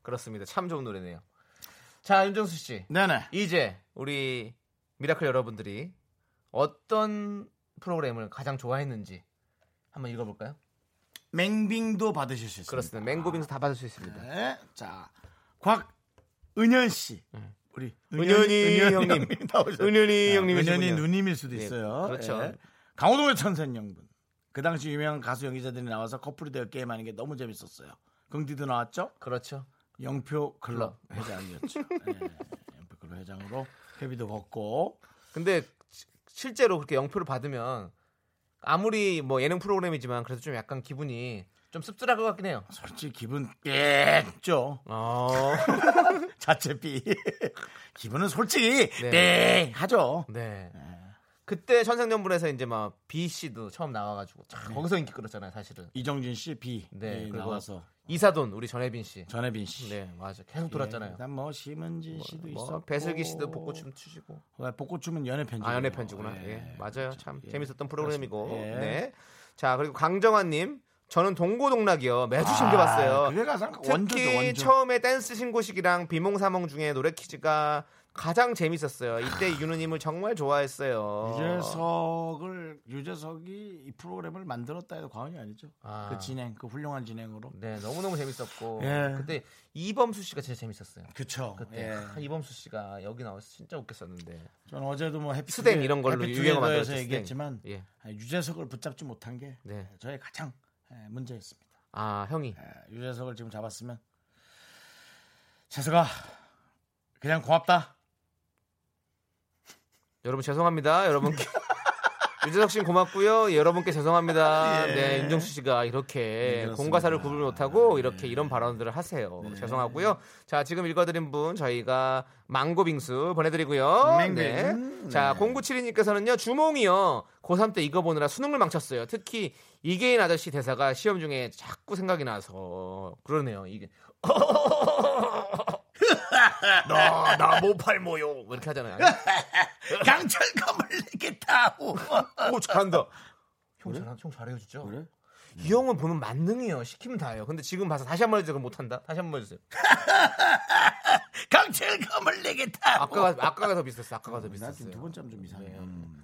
Speaker 2: 그렇습니다. 참 좋은 노래네요. 자, 윤정수 씨.
Speaker 1: *laughs* 네네
Speaker 2: 이제 우리 미라클 여러분들이 어떤 프로그램을 가장 좋아했는지 한번 읽어볼까요?
Speaker 1: 맹빙도 받으실 수 있습니다.
Speaker 2: 그렇습니다. 맹고빙수 다 받을 수 있습니다.
Speaker 1: 네. 자, 곽은현 씨. 우리
Speaker 2: 네. 은현이 형님.
Speaker 1: 나오셨-
Speaker 2: 은현이
Speaker 1: 아,
Speaker 2: 형님이시군요.
Speaker 1: 은현이 누님일 수도
Speaker 2: 네,
Speaker 1: 있어요.
Speaker 2: 그렇죠.
Speaker 1: 예. 강호동의 천생 영분. 그 당시 유명한 가수 연기자들이 나와서 커플이 되어 게임하는 게 너무 재밌었어요. 긍디도 나왔죠?
Speaker 2: 그렇죠.
Speaker 1: 영표 클럽 회장이었죠. 예.
Speaker 2: *laughs*
Speaker 1: 영표 클럽 회장으로 회비도 걷고
Speaker 2: 근데 시- 실제로 그렇게 영표를 받으면 아무리 뭐 예능 프로그램이지만 그래도 좀 약간 기분이 좀 씁쓸할 것 같긴 해요.
Speaker 1: 솔직히 기분 삐죠
Speaker 2: 어.
Speaker 1: 자체 삐 *laughs* 기분은 솔직히
Speaker 2: 네.
Speaker 1: 삐 하죠
Speaker 2: *laughs* 네. 그때 천생연분에서 이제 막 B 씨도 처음 나와가지고 참 거기서 인기 끌었잖아요, 사실은.
Speaker 1: 네. 이정진 씨비 예,
Speaker 2: 네, 그리고
Speaker 1: 나와서
Speaker 2: 이사돈 우리 전혜빈 씨.
Speaker 1: 전혜빈 씨.
Speaker 2: 네, 맞아. 계속 돌았잖아요.
Speaker 1: 난뭐 심은진 씨도
Speaker 2: 뭐,
Speaker 1: 예, 있었고
Speaker 2: 배슬기 씨도 복고춤 추시고.
Speaker 1: 아, 복고춤은 연애 편지.
Speaker 2: 아, 연애 편지구나. 예, 맞아요. 참 재밌었던 프로그램이고.
Speaker 1: 그렇죠. 그렇습니다. 예.
Speaker 2: 네. 자, 그리고 강정환 님. 저는 동고동락이요. 매주
Speaker 1: 아,
Speaker 2: 챙겨봤어요.
Speaker 1: 그게 가장 원조죠,
Speaker 2: 특히
Speaker 1: 원조.
Speaker 2: 처음에 댄스 신고식이랑 비몽사몽 중에 노래 퀴즈가 가장 재밌었어요. 이때 유느님을 정말 좋아했어요.
Speaker 1: 유재석을 유재석이 이 프로그램을 만들었다 해도 과언이 아니죠.
Speaker 2: 아.
Speaker 1: 그 진행, 그 훌륭한 진행으로.
Speaker 2: 네, 너무너무 재밌었고.
Speaker 1: 예.
Speaker 2: 그때 이범수 씨가 진짜 재밌었어요.
Speaker 1: 그쵸.
Speaker 2: 그때
Speaker 1: 예.
Speaker 2: 아, 이범수 씨가 여기 나와서 진짜 웃겼었는데.
Speaker 1: 저는 어제도 뭐 해피
Speaker 2: 스댕 이런 걸로 유행어
Speaker 1: 해피투게더에서
Speaker 2: 만들었죠, 스댕.
Speaker 1: 얘기했지만
Speaker 2: 예.
Speaker 1: 아, 유재석을 붙잡지 못한 게
Speaker 2: 네.
Speaker 1: 저의 가장 예, 문제였습니다.
Speaker 2: 아, 형이.
Speaker 1: 예, 유재석을 지금 잡았으면 재석아 그냥
Speaker 2: *laughs*
Speaker 1: 고맙다.
Speaker 2: 여러분 죄송합니다.
Speaker 1: *laughs*
Speaker 2: 여러분께 유재석 씨는 고맙고요. 예, 여러분께 죄송합니다.
Speaker 1: 예.
Speaker 2: 네, 윤정수 씨가 이렇게
Speaker 1: 그렇습니다.
Speaker 2: 공과사를 구분
Speaker 1: 예.
Speaker 2: 못하고 이렇게 이런 발언들을 하세요.
Speaker 1: 네.
Speaker 2: 죄송하고요. 자, 지금 읽어드린 분 저희가 망고빙수 보내드리고요.
Speaker 1: 맹빙.
Speaker 2: 자,
Speaker 1: 네.
Speaker 2: 0972님께서는요. 주몽이요. 고3 때 이거 보느라 수능을 망쳤어요. 특히 이계인 아저씨 대사가 시험 중에 자꾸 생각이 나서 그러네요.
Speaker 1: *laughs*
Speaker 2: 이게 *laughs* 나나 모팔모요 이렇게 하잖아요.
Speaker 1: 강철감을 내겠다고.
Speaker 2: 오 잘한다.
Speaker 1: *laughs*
Speaker 2: 형 잘한, 형 잘해요 진짜. 그래? 이 형은 보면 만능이에요. 시키면 다해요. 근데 지금 봐서 다시 한 번 해주세요. 그럼 못한다. 다시 한 번 해주세요.
Speaker 1: 강철감을 내겠다. *laughs*
Speaker 2: 아까가 아까가 더 비슷했어. 아까가 더
Speaker 1: 그 나 지금 두
Speaker 2: 비슷했어요.
Speaker 1: 번째 하면 좀 이상해.
Speaker 2: 네.
Speaker 1: 음,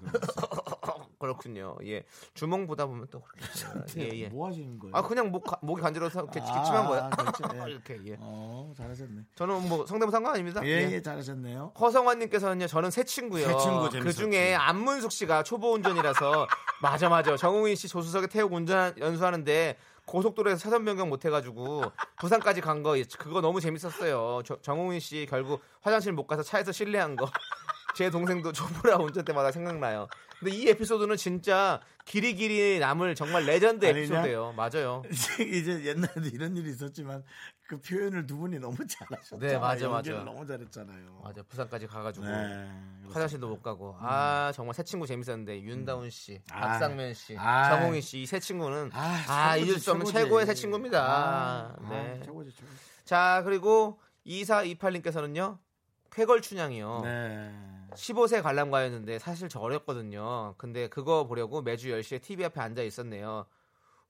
Speaker 1: 그럼
Speaker 2: 그렇군요. 예, 주먹 보다 보면 또
Speaker 1: *laughs*
Speaker 2: 그렇게. 예 예.
Speaker 1: 뭐 하시는 거예요?
Speaker 2: 아 그냥 목 가- 목이 간지러서 이렇게
Speaker 1: 아,
Speaker 2: 기침한 거야.
Speaker 1: 그렇지. 예.
Speaker 2: *laughs* 이렇게 예.
Speaker 1: 어, 잘하셨네.
Speaker 2: 저는 뭐 성대모사 한거 아닙니다.
Speaker 1: 예,
Speaker 2: 예.
Speaker 1: 예, 잘하셨네요. *laughs*
Speaker 2: 허성환님께서는요, 저는 새 친구요.
Speaker 1: 새 친구 재밌었지.
Speaker 2: 그 중에 안문숙 씨가 초보
Speaker 1: *laughs*
Speaker 2: 운전이라서 맞아 맞아. 정웅인 씨 조수석에 태우고 운전 연수하는데 고속도로에서 차선 변경 못 해가지고 부산까지 간 거 그거 너무 재밌었어요. 저- 정웅인 씨 결국 화장실 못 가서 차에서 실례한 거. *laughs* 제 동생도 초보라 운전 때마다 생각나요. 근데 이 에피소드는 진짜 길이 길이 남을 정말 레전드
Speaker 1: 아니냐?
Speaker 2: 에피소드예요. 맞아요.
Speaker 1: 이제 옛날에도 이런 일이 있었지만 그 표현을 두 분이 너무 잘하셨잖아요.
Speaker 2: 네, 맞아, 맞아.
Speaker 1: 연기를 너무 잘했잖아요.
Speaker 2: 맞아 부산까지 가가지고
Speaker 1: 네.
Speaker 2: 화장실도 못 가고 아 정말 새 친구 재밌었는데 윤다운 씨,
Speaker 1: 음. 아,
Speaker 2: 박상면 씨,
Speaker 1: 아.
Speaker 2: 정홍희 씨 이 세 친구는
Speaker 1: 아,
Speaker 2: 아,
Speaker 1: 최고지,
Speaker 2: 잊을 수 없는
Speaker 1: 최고지.
Speaker 2: 최고의 새 친구입니다.
Speaker 1: 아, 아,
Speaker 2: 네.
Speaker 1: 최고지, 최고지.
Speaker 2: 자 그리고 2428님께서는요 쾌걸춘향이요.
Speaker 1: 네.
Speaker 2: 15세 관람가였는데 사실 저 어렸거든요. 근데 그거 보려고 매주 10시에 TV 앞에 앉아 있었네요.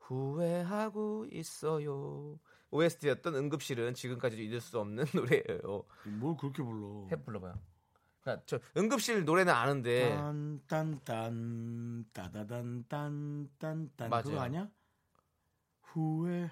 Speaker 2: 후회하고 있어요. OST였던 응급실은 지금까지도 잊을 수 없는 *laughs* 노래예요.
Speaker 1: 뭘 그렇게 불러?
Speaker 2: 해 불러봐요. 그러니까 저 응급실 노래는 아는데
Speaker 1: 딴딴딴 따다단딴 딴딴
Speaker 2: 맞아요.
Speaker 1: 그거 아니야? 후회.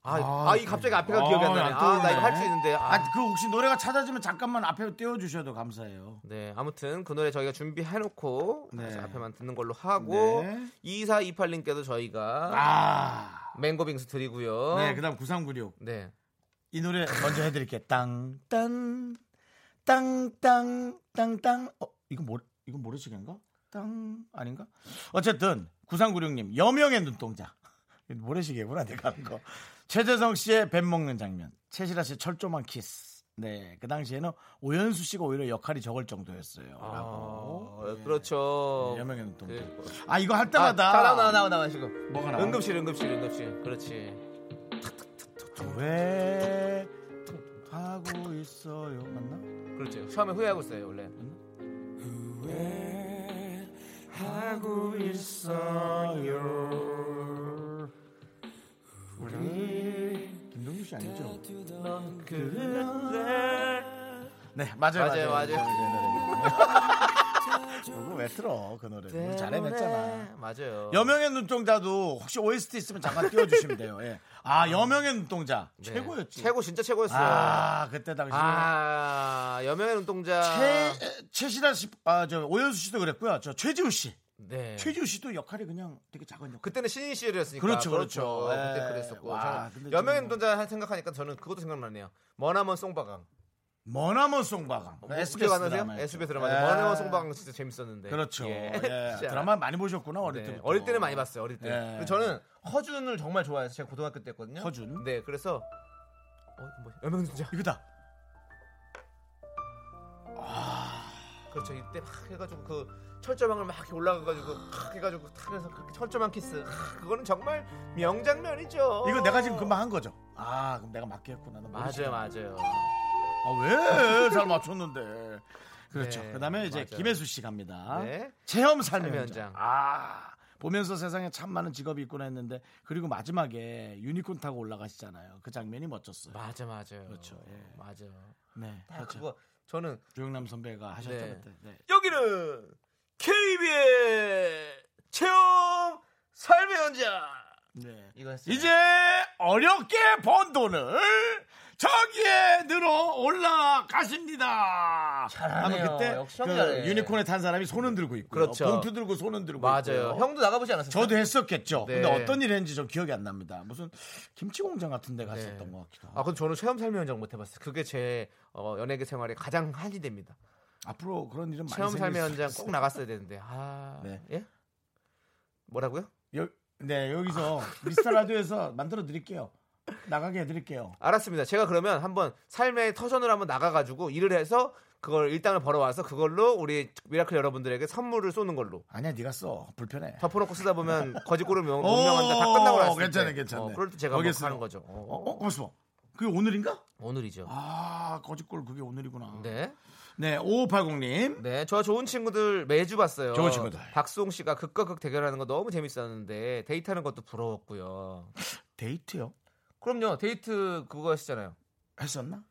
Speaker 2: 아 이
Speaker 1: 아,
Speaker 2: 갑자기 앞에가
Speaker 1: 아,
Speaker 2: 기억이 안 나네.
Speaker 1: 안
Speaker 2: 아 나
Speaker 1: 떠오르네.
Speaker 2: 이거 할 수 있는데. 아.
Speaker 1: 아 그 혹시 노래가 찾아지면 잠깐만 앞에 띄워 주셔도 감사해요.
Speaker 2: 네 아무튼 그 노래 저희가 준비해놓고
Speaker 1: 네.
Speaker 2: 다시 앞에만 듣는 걸로 하고
Speaker 1: 네.
Speaker 2: 2428님께도 저희가
Speaker 1: 아.
Speaker 2: 맹고빙수 드리고요.
Speaker 1: 네, 그다음 9396.
Speaker 2: 네.
Speaker 1: 이 노래 먼저 해 드릴게요. 땅딴 땅땅 땅땅. 어, 이거 뭐 이거 모래시계인가? 땅 아닌가? 어쨌든 9396님 여명의 눈동자. 모래시계구나 내가 한 거. 최재성 씨의 뱀 먹는 장면. 최시라 씨의 철조망 키스. 네, 그 당시에는 오연수 씨가 오히려 역할이 적을 정도였어요. 라고.
Speaker 2: 아, 그렇죠.
Speaker 1: 네, 여명의 눈동자.
Speaker 2: 그-
Speaker 1: 아 이거 할
Speaker 2: 아,
Speaker 1: 때마다
Speaker 2: 나와 나와 나와 나와 지금.
Speaker 1: 뭐가 나와?
Speaker 2: 응급실 응급실 응급실. 그렇지.
Speaker 1: 왜 하고 있어요? 맞나?
Speaker 2: 그렇죠. 처음에 후회하고 있어요 원래.
Speaker 1: 하고 있어요. 우리 김동규 씨 아니죠? 그,
Speaker 2: 그
Speaker 1: 네 맞아요 맞아요
Speaker 2: 맞아요,
Speaker 1: *laughs* 그거 왜 틀어 그 노래? 우리 잘 해냈잖아.
Speaker 2: 맞아요.
Speaker 1: 네. 여명의 눈동자도 혹시 OST 있으면 잠깐 띄워주시면 돼요. 예. 아 여명의 눈동자
Speaker 2: 네.
Speaker 1: 최고였지.
Speaker 2: 최고 진짜 최고였어요. 아,
Speaker 1: 아 그때 당시.
Speaker 2: 여명의 눈동자.
Speaker 1: 최 최시라 씨, 아저 오연수 씨도 그랬고요. 저 최지우 씨,
Speaker 2: 네.
Speaker 1: 최지우 씨도 역할이 그냥 되게 작은 역할.
Speaker 2: 그때는 신인 시절이었으니까
Speaker 1: 그렇죠, 그렇죠.
Speaker 2: 그때
Speaker 1: 예.
Speaker 2: 그랬었고
Speaker 1: 와,
Speaker 2: 저는
Speaker 1: 근데
Speaker 2: 여명의
Speaker 1: 좀-
Speaker 2: 눈동자 생각하니까 저는 그것도 생각나네요. 머나먼 송바강.
Speaker 1: 머나먼 송바강.
Speaker 2: 뭐
Speaker 1: 네, SBS
Speaker 2: 기억 안 나세요?
Speaker 1: 드라마였죠.
Speaker 2: SBS 드라마. 네.
Speaker 1: 예.
Speaker 2: 머나먼 송바강 진짜 재밌었는데.
Speaker 1: 그렇죠.
Speaker 2: 예.
Speaker 1: 예.
Speaker 2: *laughs* 진짜.
Speaker 1: 드라마 많이 보셨구나
Speaker 2: 네,
Speaker 1: 어릴 때.
Speaker 2: 어릴 때는 많이 봤어요. 어릴 때.
Speaker 1: 예.
Speaker 2: 근데 저는 허준을 정말 좋아해서 제가 고등학교 때였거든요.
Speaker 1: 허준?
Speaker 2: 네, 그래서 어, 이거 뭐지? 여명의 눈동자.
Speaker 1: 이거다.
Speaker 2: 그렇죠. 이때 막 해가지고 그 철조망을 막 이렇게 올라가가지고 막 해가지고 타면서 그 철조망 키스. 아, 그거는 정말 명장면이죠.
Speaker 1: 이거 내가 지금 그 금방 한 거죠. 아 그럼 내가 맞게 했구나. 나 모르겠어.
Speaker 2: 맞아요, 맞아요.
Speaker 1: 아, 왜? 잘
Speaker 2: *laughs*
Speaker 1: 맞췄는데. 그렇죠.
Speaker 2: 네,
Speaker 1: 그다음에 이제
Speaker 2: 맞아요.
Speaker 1: 김혜수 씨 갑니다.
Speaker 2: 네.
Speaker 1: 체험 삶의
Speaker 2: 삶의
Speaker 1: 현장.
Speaker 2: 현장.
Speaker 1: 아 보면서 세상에 참 많은 직업이 있구나 했는데 그리고 마지막에 유니콘 타고 올라가시잖아요. 그 장면이 멋졌어요.
Speaker 2: 맞아, 맞아요.
Speaker 1: 그렇죠, 예.
Speaker 2: 맞아.
Speaker 1: 네,
Speaker 2: 딱
Speaker 1: 그렇죠.
Speaker 2: 그거 저는
Speaker 1: 조영남 선배가 하셨죠
Speaker 2: 네.
Speaker 1: 그때. 네.
Speaker 2: 여기는 KBS 체험 삶의 현장.
Speaker 1: 네.
Speaker 2: 이거 했어요.
Speaker 1: 이제 어렵게 번 돈을 저기에 늘어 올라가십니다.
Speaker 2: 잘하네요.
Speaker 1: 하면 그때
Speaker 2: 역시 형 잘해.
Speaker 1: 유니콘에 탄 사람이 손은 들고 있고
Speaker 2: 그렇죠.
Speaker 1: 봉투 들고 손은 들고
Speaker 2: 맞아요.
Speaker 1: 있고요.
Speaker 2: 형도 나가보지 않았어요?
Speaker 1: 저도 했었겠죠.
Speaker 2: 네.
Speaker 1: 근데 어떤 일 했는지 좀 기억이 안 납니다. 무슨 김치 공장 같은 데 갔었던 것 같기도 하고.
Speaker 2: 아, 근데 저는 체험 삶의 현장 못 해봤어요. 그게 제 어, 연예계 생활에 가장 한이 됩니다.
Speaker 1: 앞으로 그런 일은 많이
Speaker 2: 체험
Speaker 1: 생길
Speaker 2: 삶의
Speaker 1: 수
Speaker 2: 현장
Speaker 1: 있어요.
Speaker 2: 꼭 나갔어야 되는데. 아,
Speaker 1: 네.
Speaker 2: 예? 뭐라고요?
Speaker 1: 여, 네, 여기서 미스터 라디오에서 *laughs* 만들어 드릴게요. 나가게 해 드릴게요.
Speaker 2: 알았습니다. 제가 그러면 한번 삶의 터전을 한번 나가가지고 일을 해서 그걸 일당을 벌어와서 그걸로 우리 미라클 여러분들에게 선물을 쏘는 걸로.
Speaker 1: 아니야, 네가 써. 불편해.
Speaker 2: 덮어놓고 쓰다 보면 거짓고를 명-
Speaker 1: 오,
Speaker 2: 명명한다. 다 끝나고 나서.
Speaker 1: 괜찮네, 괜찮네.
Speaker 2: 어, 그럴 때 제가 한번
Speaker 1: 거기서-
Speaker 2: 하는 거죠. 어,
Speaker 1: 어, 어, 가만있어. 그게 오늘인가?
Speaker 2: 오늘이죠.
Speaker 1: 아, 거짓골 그게 오늘이구나. 네,
Speaker 2: 네.
Speaker 1: 5580님.
Speaker 2: 네, 저 좋은 친구들 매주 봤어요.
Speaker 1: 좋은 친구들.
Speaker 2: 박수홍 씨가 극과 극 대결하는 거 너무 재밌었는데 데이트하는 것도 부러웠고요.
Speaker 1: 데이트요?
Speaker 2: 그럼요, 데이트 그거 하시잖아요.
Speaker 1: 했었나?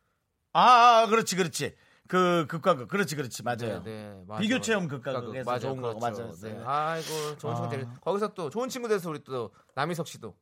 Speaker 1: 아, 아, 그렇지, 그렇지. 그, 극과 극. 그렇지, 그렇지. 맞아요.
Speaker 2: 네,
Speaker 1: 비교 체험 극과 극에서
Speaker 2: 맞아요,
Speaker 1: 좋은 거고,
Speaker 2: 그렇죠.
Speaker 1: 맞아요.
Speaker 2: 네.
Speaker 1: 네.
Speaker 2: 아이고, 좋은 친구
Speaker 1: 아.
Speaker 2: 들 거기서 또 좋은 친구들에서 우리 또 남희석 씨도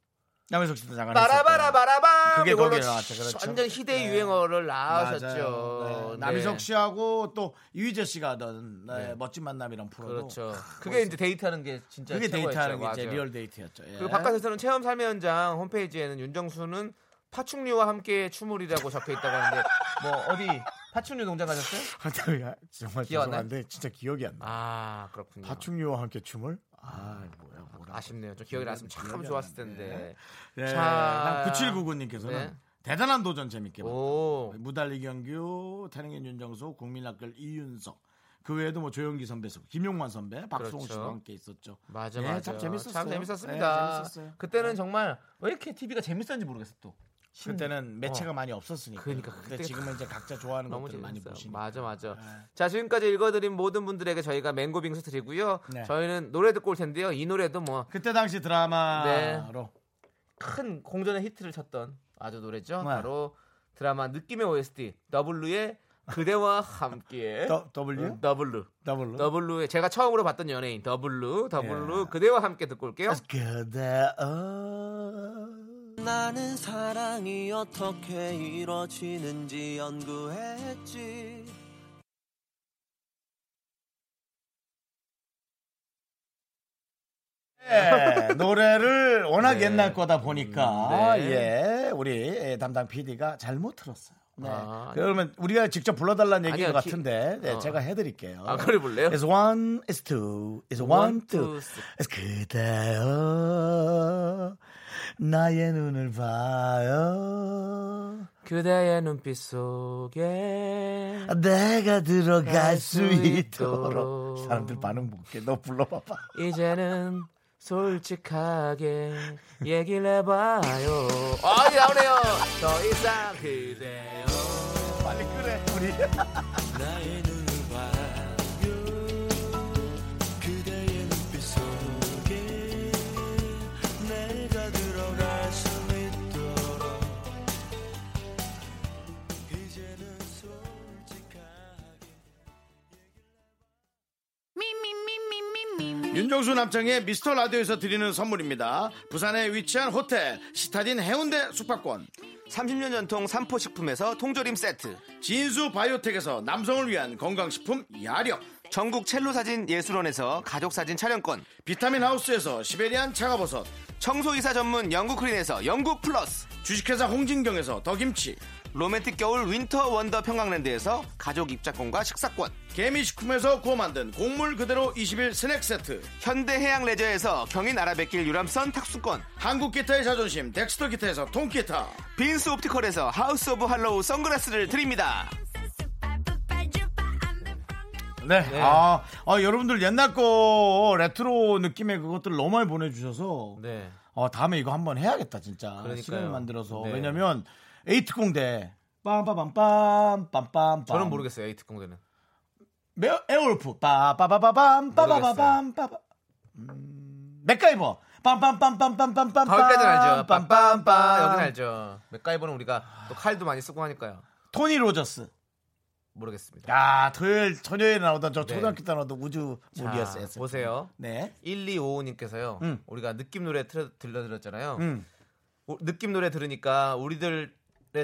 Speaker 1: 남해석 씨도 잠깐. 했었고요.
Speaker 2: 바라바라바라바
Speaker 1: 그게
Speaker 2: 이걸로
Speaker 1: 거기에 나왔죠, 그렇죠.
Speaker 2: 완전 희대 의
Speaker 1: 네.
Speaker 2: 유행어를
Speaker 1: 맞아요.
Speaker 2: 낳으셨죠.
Speaker 1: 네.
Speaker 2: 네.
Speaker 1: 남희석 씨하고 또 이휘재 씨가 하던 네,
Speaker 2: 네.
Speaker 1: 멋진 만남이란 프로도
Speaker 2: 그렇죠. 그게 이제 데이트하는 게 진짜
Speaker 1: 그게
Speaker 2: 최고였죠.
Speaker 1: 데이트하는 게 이제
Speaker 2: 맞아요.
Speaker 1: 리얼 데이트였죠. 예.
Speaker 2: 그리고 바깥에서는 체험 삶의 현장 홈페이지에는 윤정수는 파충류와 함께 추물이라고 적혀 있다고 하는데 뭐 어디 파충류 농장 가셨어요?
Speaker 1: *laughs* 아, 내가 정말
Speaker 2: 기억 안 나요?
Speaker 1: 죄송한데 진짜 기억이 안 나.
Speaker 2: 아 그렇군요.
Speaker 1: 파충류와 함께 춤을? 아 뭐야 뭐라.
Speaker 2: 아쉽네요. 좀 기억이 났으면 참
Speaker 1: 음, 기억이
Speaker 2: 좋았을
Speaker 1: 안 나네.
Speaker 2: 텐데.
Speaker 1: 네.
Speaker 2: 자.
Speaker 1: 9799님께서는
Speaker 2: 네.
Speaker 1: 대단한 도전 네. 재밌게 봤다.
Speaker 2: 오
Speaker 1: 무달리 경규, 태릉인 윤정수, 국민학교 이윤석. 그 외에도 뭐 조영기 선배, 김용만 선배, 박수홍
Speaker 2: 그렇죠.
Speaker 1: 씨도 함께 있었죠.
Speaker 2: 맞아
Speaker 1: 예,
Speaker 2: 맞아.
Speaker 1: 참 재밌었어요.
Speaker 2: 참 재밌었습니다.
Speaker 1: 예, 재밌었어요.
Speaker 2: 그때는 정말 왜 이렇게 TV가 재밌었는지 모르겠어 또.
Speaker 1: 그때는 매체가 많이 없었으니까.
Speaker 2: 그러니까
Speaker 1: 근데
Speaker 2: 그때가
Speaker 1: 지금은 이제 각자 좋아하는
Speaker 2: *laughs* 너무
Speaker 1: 것들 많이
Speaker 2: 재밌어요.
Speaker 1: 보시니까.
Speaker 2: 맞아 맞아.
Speaker 1: 네.
Speaker 2: 자 지금까지 읽어드린 모든 분들에게 저희가 맹고 빙수 드리고요.
Speaker 1: 네.
Speaker 2: 저희는 노래 듣고 올 텐데요. 이 노래도 뭐
Speaker 1: 그때 당시 드라마로
Speaker 2: 큰 공전의 히트를 쳤던 아주 노래죠.
Speaker 1: 네.
Speaker 2: 바로 드라마 느낌의 OST W의 그대와 함께
Speaker 1: *laughs*
Speaker 2: 음,
Speaker 1: 더- W
Speaker 2: 네. W
Speaker 1: W
Speaker 2: W의 제가 처음으로 봤던 연예인 W W
Speaker 1: 예.
Speaker 2: 그대와 함께 듣고 올게요.
Speaker 1: 그대
Speaker 2: Oh.
Speaker 6: 나는 사랑이 어떻게 이루어지는지 연구했지.
Speaker 1: 예, 노래를 워낙
Speaker 2: 네.
Speaker 1: 옛날 거다 보니까
Speaker 2: 음,
Speaker 1: 예 우리 담당 PD가 잘못 들었어요. 네.
Speaker 2: 아,
Speaker 1: 그러면 우리가 직접 불러달라는 얘기인
Speaker 2: 아니요,
Speaker 1: 것
Speaker 2: 기-
Speaker 1: 같은데 네,
Speaker 2: 어.
Speaker 1: 제가 해드릴게요.
Speaker 2: 아 그래 볼래요?
Speaker 1: It's one, it's two, it's one,
Speaker 2: One, two,
Speaker 1: two. It's 그대여 나의 눈을 봐요.
Speaker 2: 그대의 눈빛 속에
Speaker 1: 아, 내가 들어갈
Speaker 2: 갈
Speaker 1: 수
Speaker 2: 수
Speaker 1: 있도록
Speaker 2: 있도록.
Speaker 1: 사람들 반응 볼게. 너 불러봐봐.
Speaker 2: 이제는 솔직하게 얘기를 해봐요. 아, 이 나오네요. 더 이상 그대요.
Speaker 1: 빨리 그래 우리.
Speaker 6: 나의 눈을 봐요. 그대의 눈빛 속에 내가 들어갈 수 있도록 이제는 솔직하게
Speaker 1: 윤정수 남창의 미스터 라디오에서 드리는 선물입니다. 부산에 위치한 호텔 시타딘 해운대 숙박권,
Speaker 2: 30년 전통 삼포식품에서 통조림 세트.
Speaker 1: 진수 바이오텍에서 남성을 위한 건강식품 야력,
Speaker 2: 전국 첼로 사진 예술원에서 가족 사진 촬영권.
Speaker 1: 비타민 하우스에서 시베리안 차가버섯,
Speaker 2: 청소이사 전문 영국 크린에서 영국 플러스.
Speaker 1: 주식회사 홍진경에서 더김치,
Speaker 2: 로맨틱 겨울 윈터 원더 평강랜드에서 가족 입자권과 식사권.
Speaker 1: 개미식품에서 구워 만든 곡물 그대로 21 스낵 세트,
Speaker 2: 현대 해양 레저에서 경인 아라뱃길 유람선 탁수권.
Speaker 1: 한국 기타의 자존심 덱스터 기타에서 통기타,
Speaker 2: 빈스 옵티컬에서 하우스 오브 할로우 선글라스를 드립니다.
Speaker 1: 네. 아, 아, 여러분들 옛날 거 레트로 느낌의 그것들 너무 많이 보내주셔서
Speaker 2: 네.
Speaker 1: 어, 다음에 이거 한번 해야겠다 진짜
Speaker 2: 그러니까요.
Speaker 1: 시간을 만들어서
Speaker 2: 네.
Speaker 1: 왜냐면 에이트공대 빰빰빰빰 빰빰
Speaker 2: 저는 모르겠어요, 이 특공대는.
Speaker 1: 에어울프 빠빠빠밤 빠바바밤 빠바 음, 맥가이버 빰빰빰빰빰빰빰
Speaker 2: 가을까지는 알죠. 빰빰빰 여기는 알죠. 맥가이버는 우리가 또 칼도 많이 쓰고 하니까요.
Speaker 1: 토니 로저스
Speaker 2: 모르겠습니다.
Speaker 1: 야 토요일 저녁에 나오던 저
Speaker 2: 네.
Speaker 1: 초등학교 때 나오던 우주 무리였어요
Speaker 2: 자, 보세요.
Speaker 1: 네
Speaker 2: 1255님께서요.
Speaker 1: 음.
Speaker 2: 우리가 느낌 노래 틀어, 들려드렸잖아요.
Speaker 1: 음.
Speaker 2: 우- 느낌 노래 들으니까 우리들의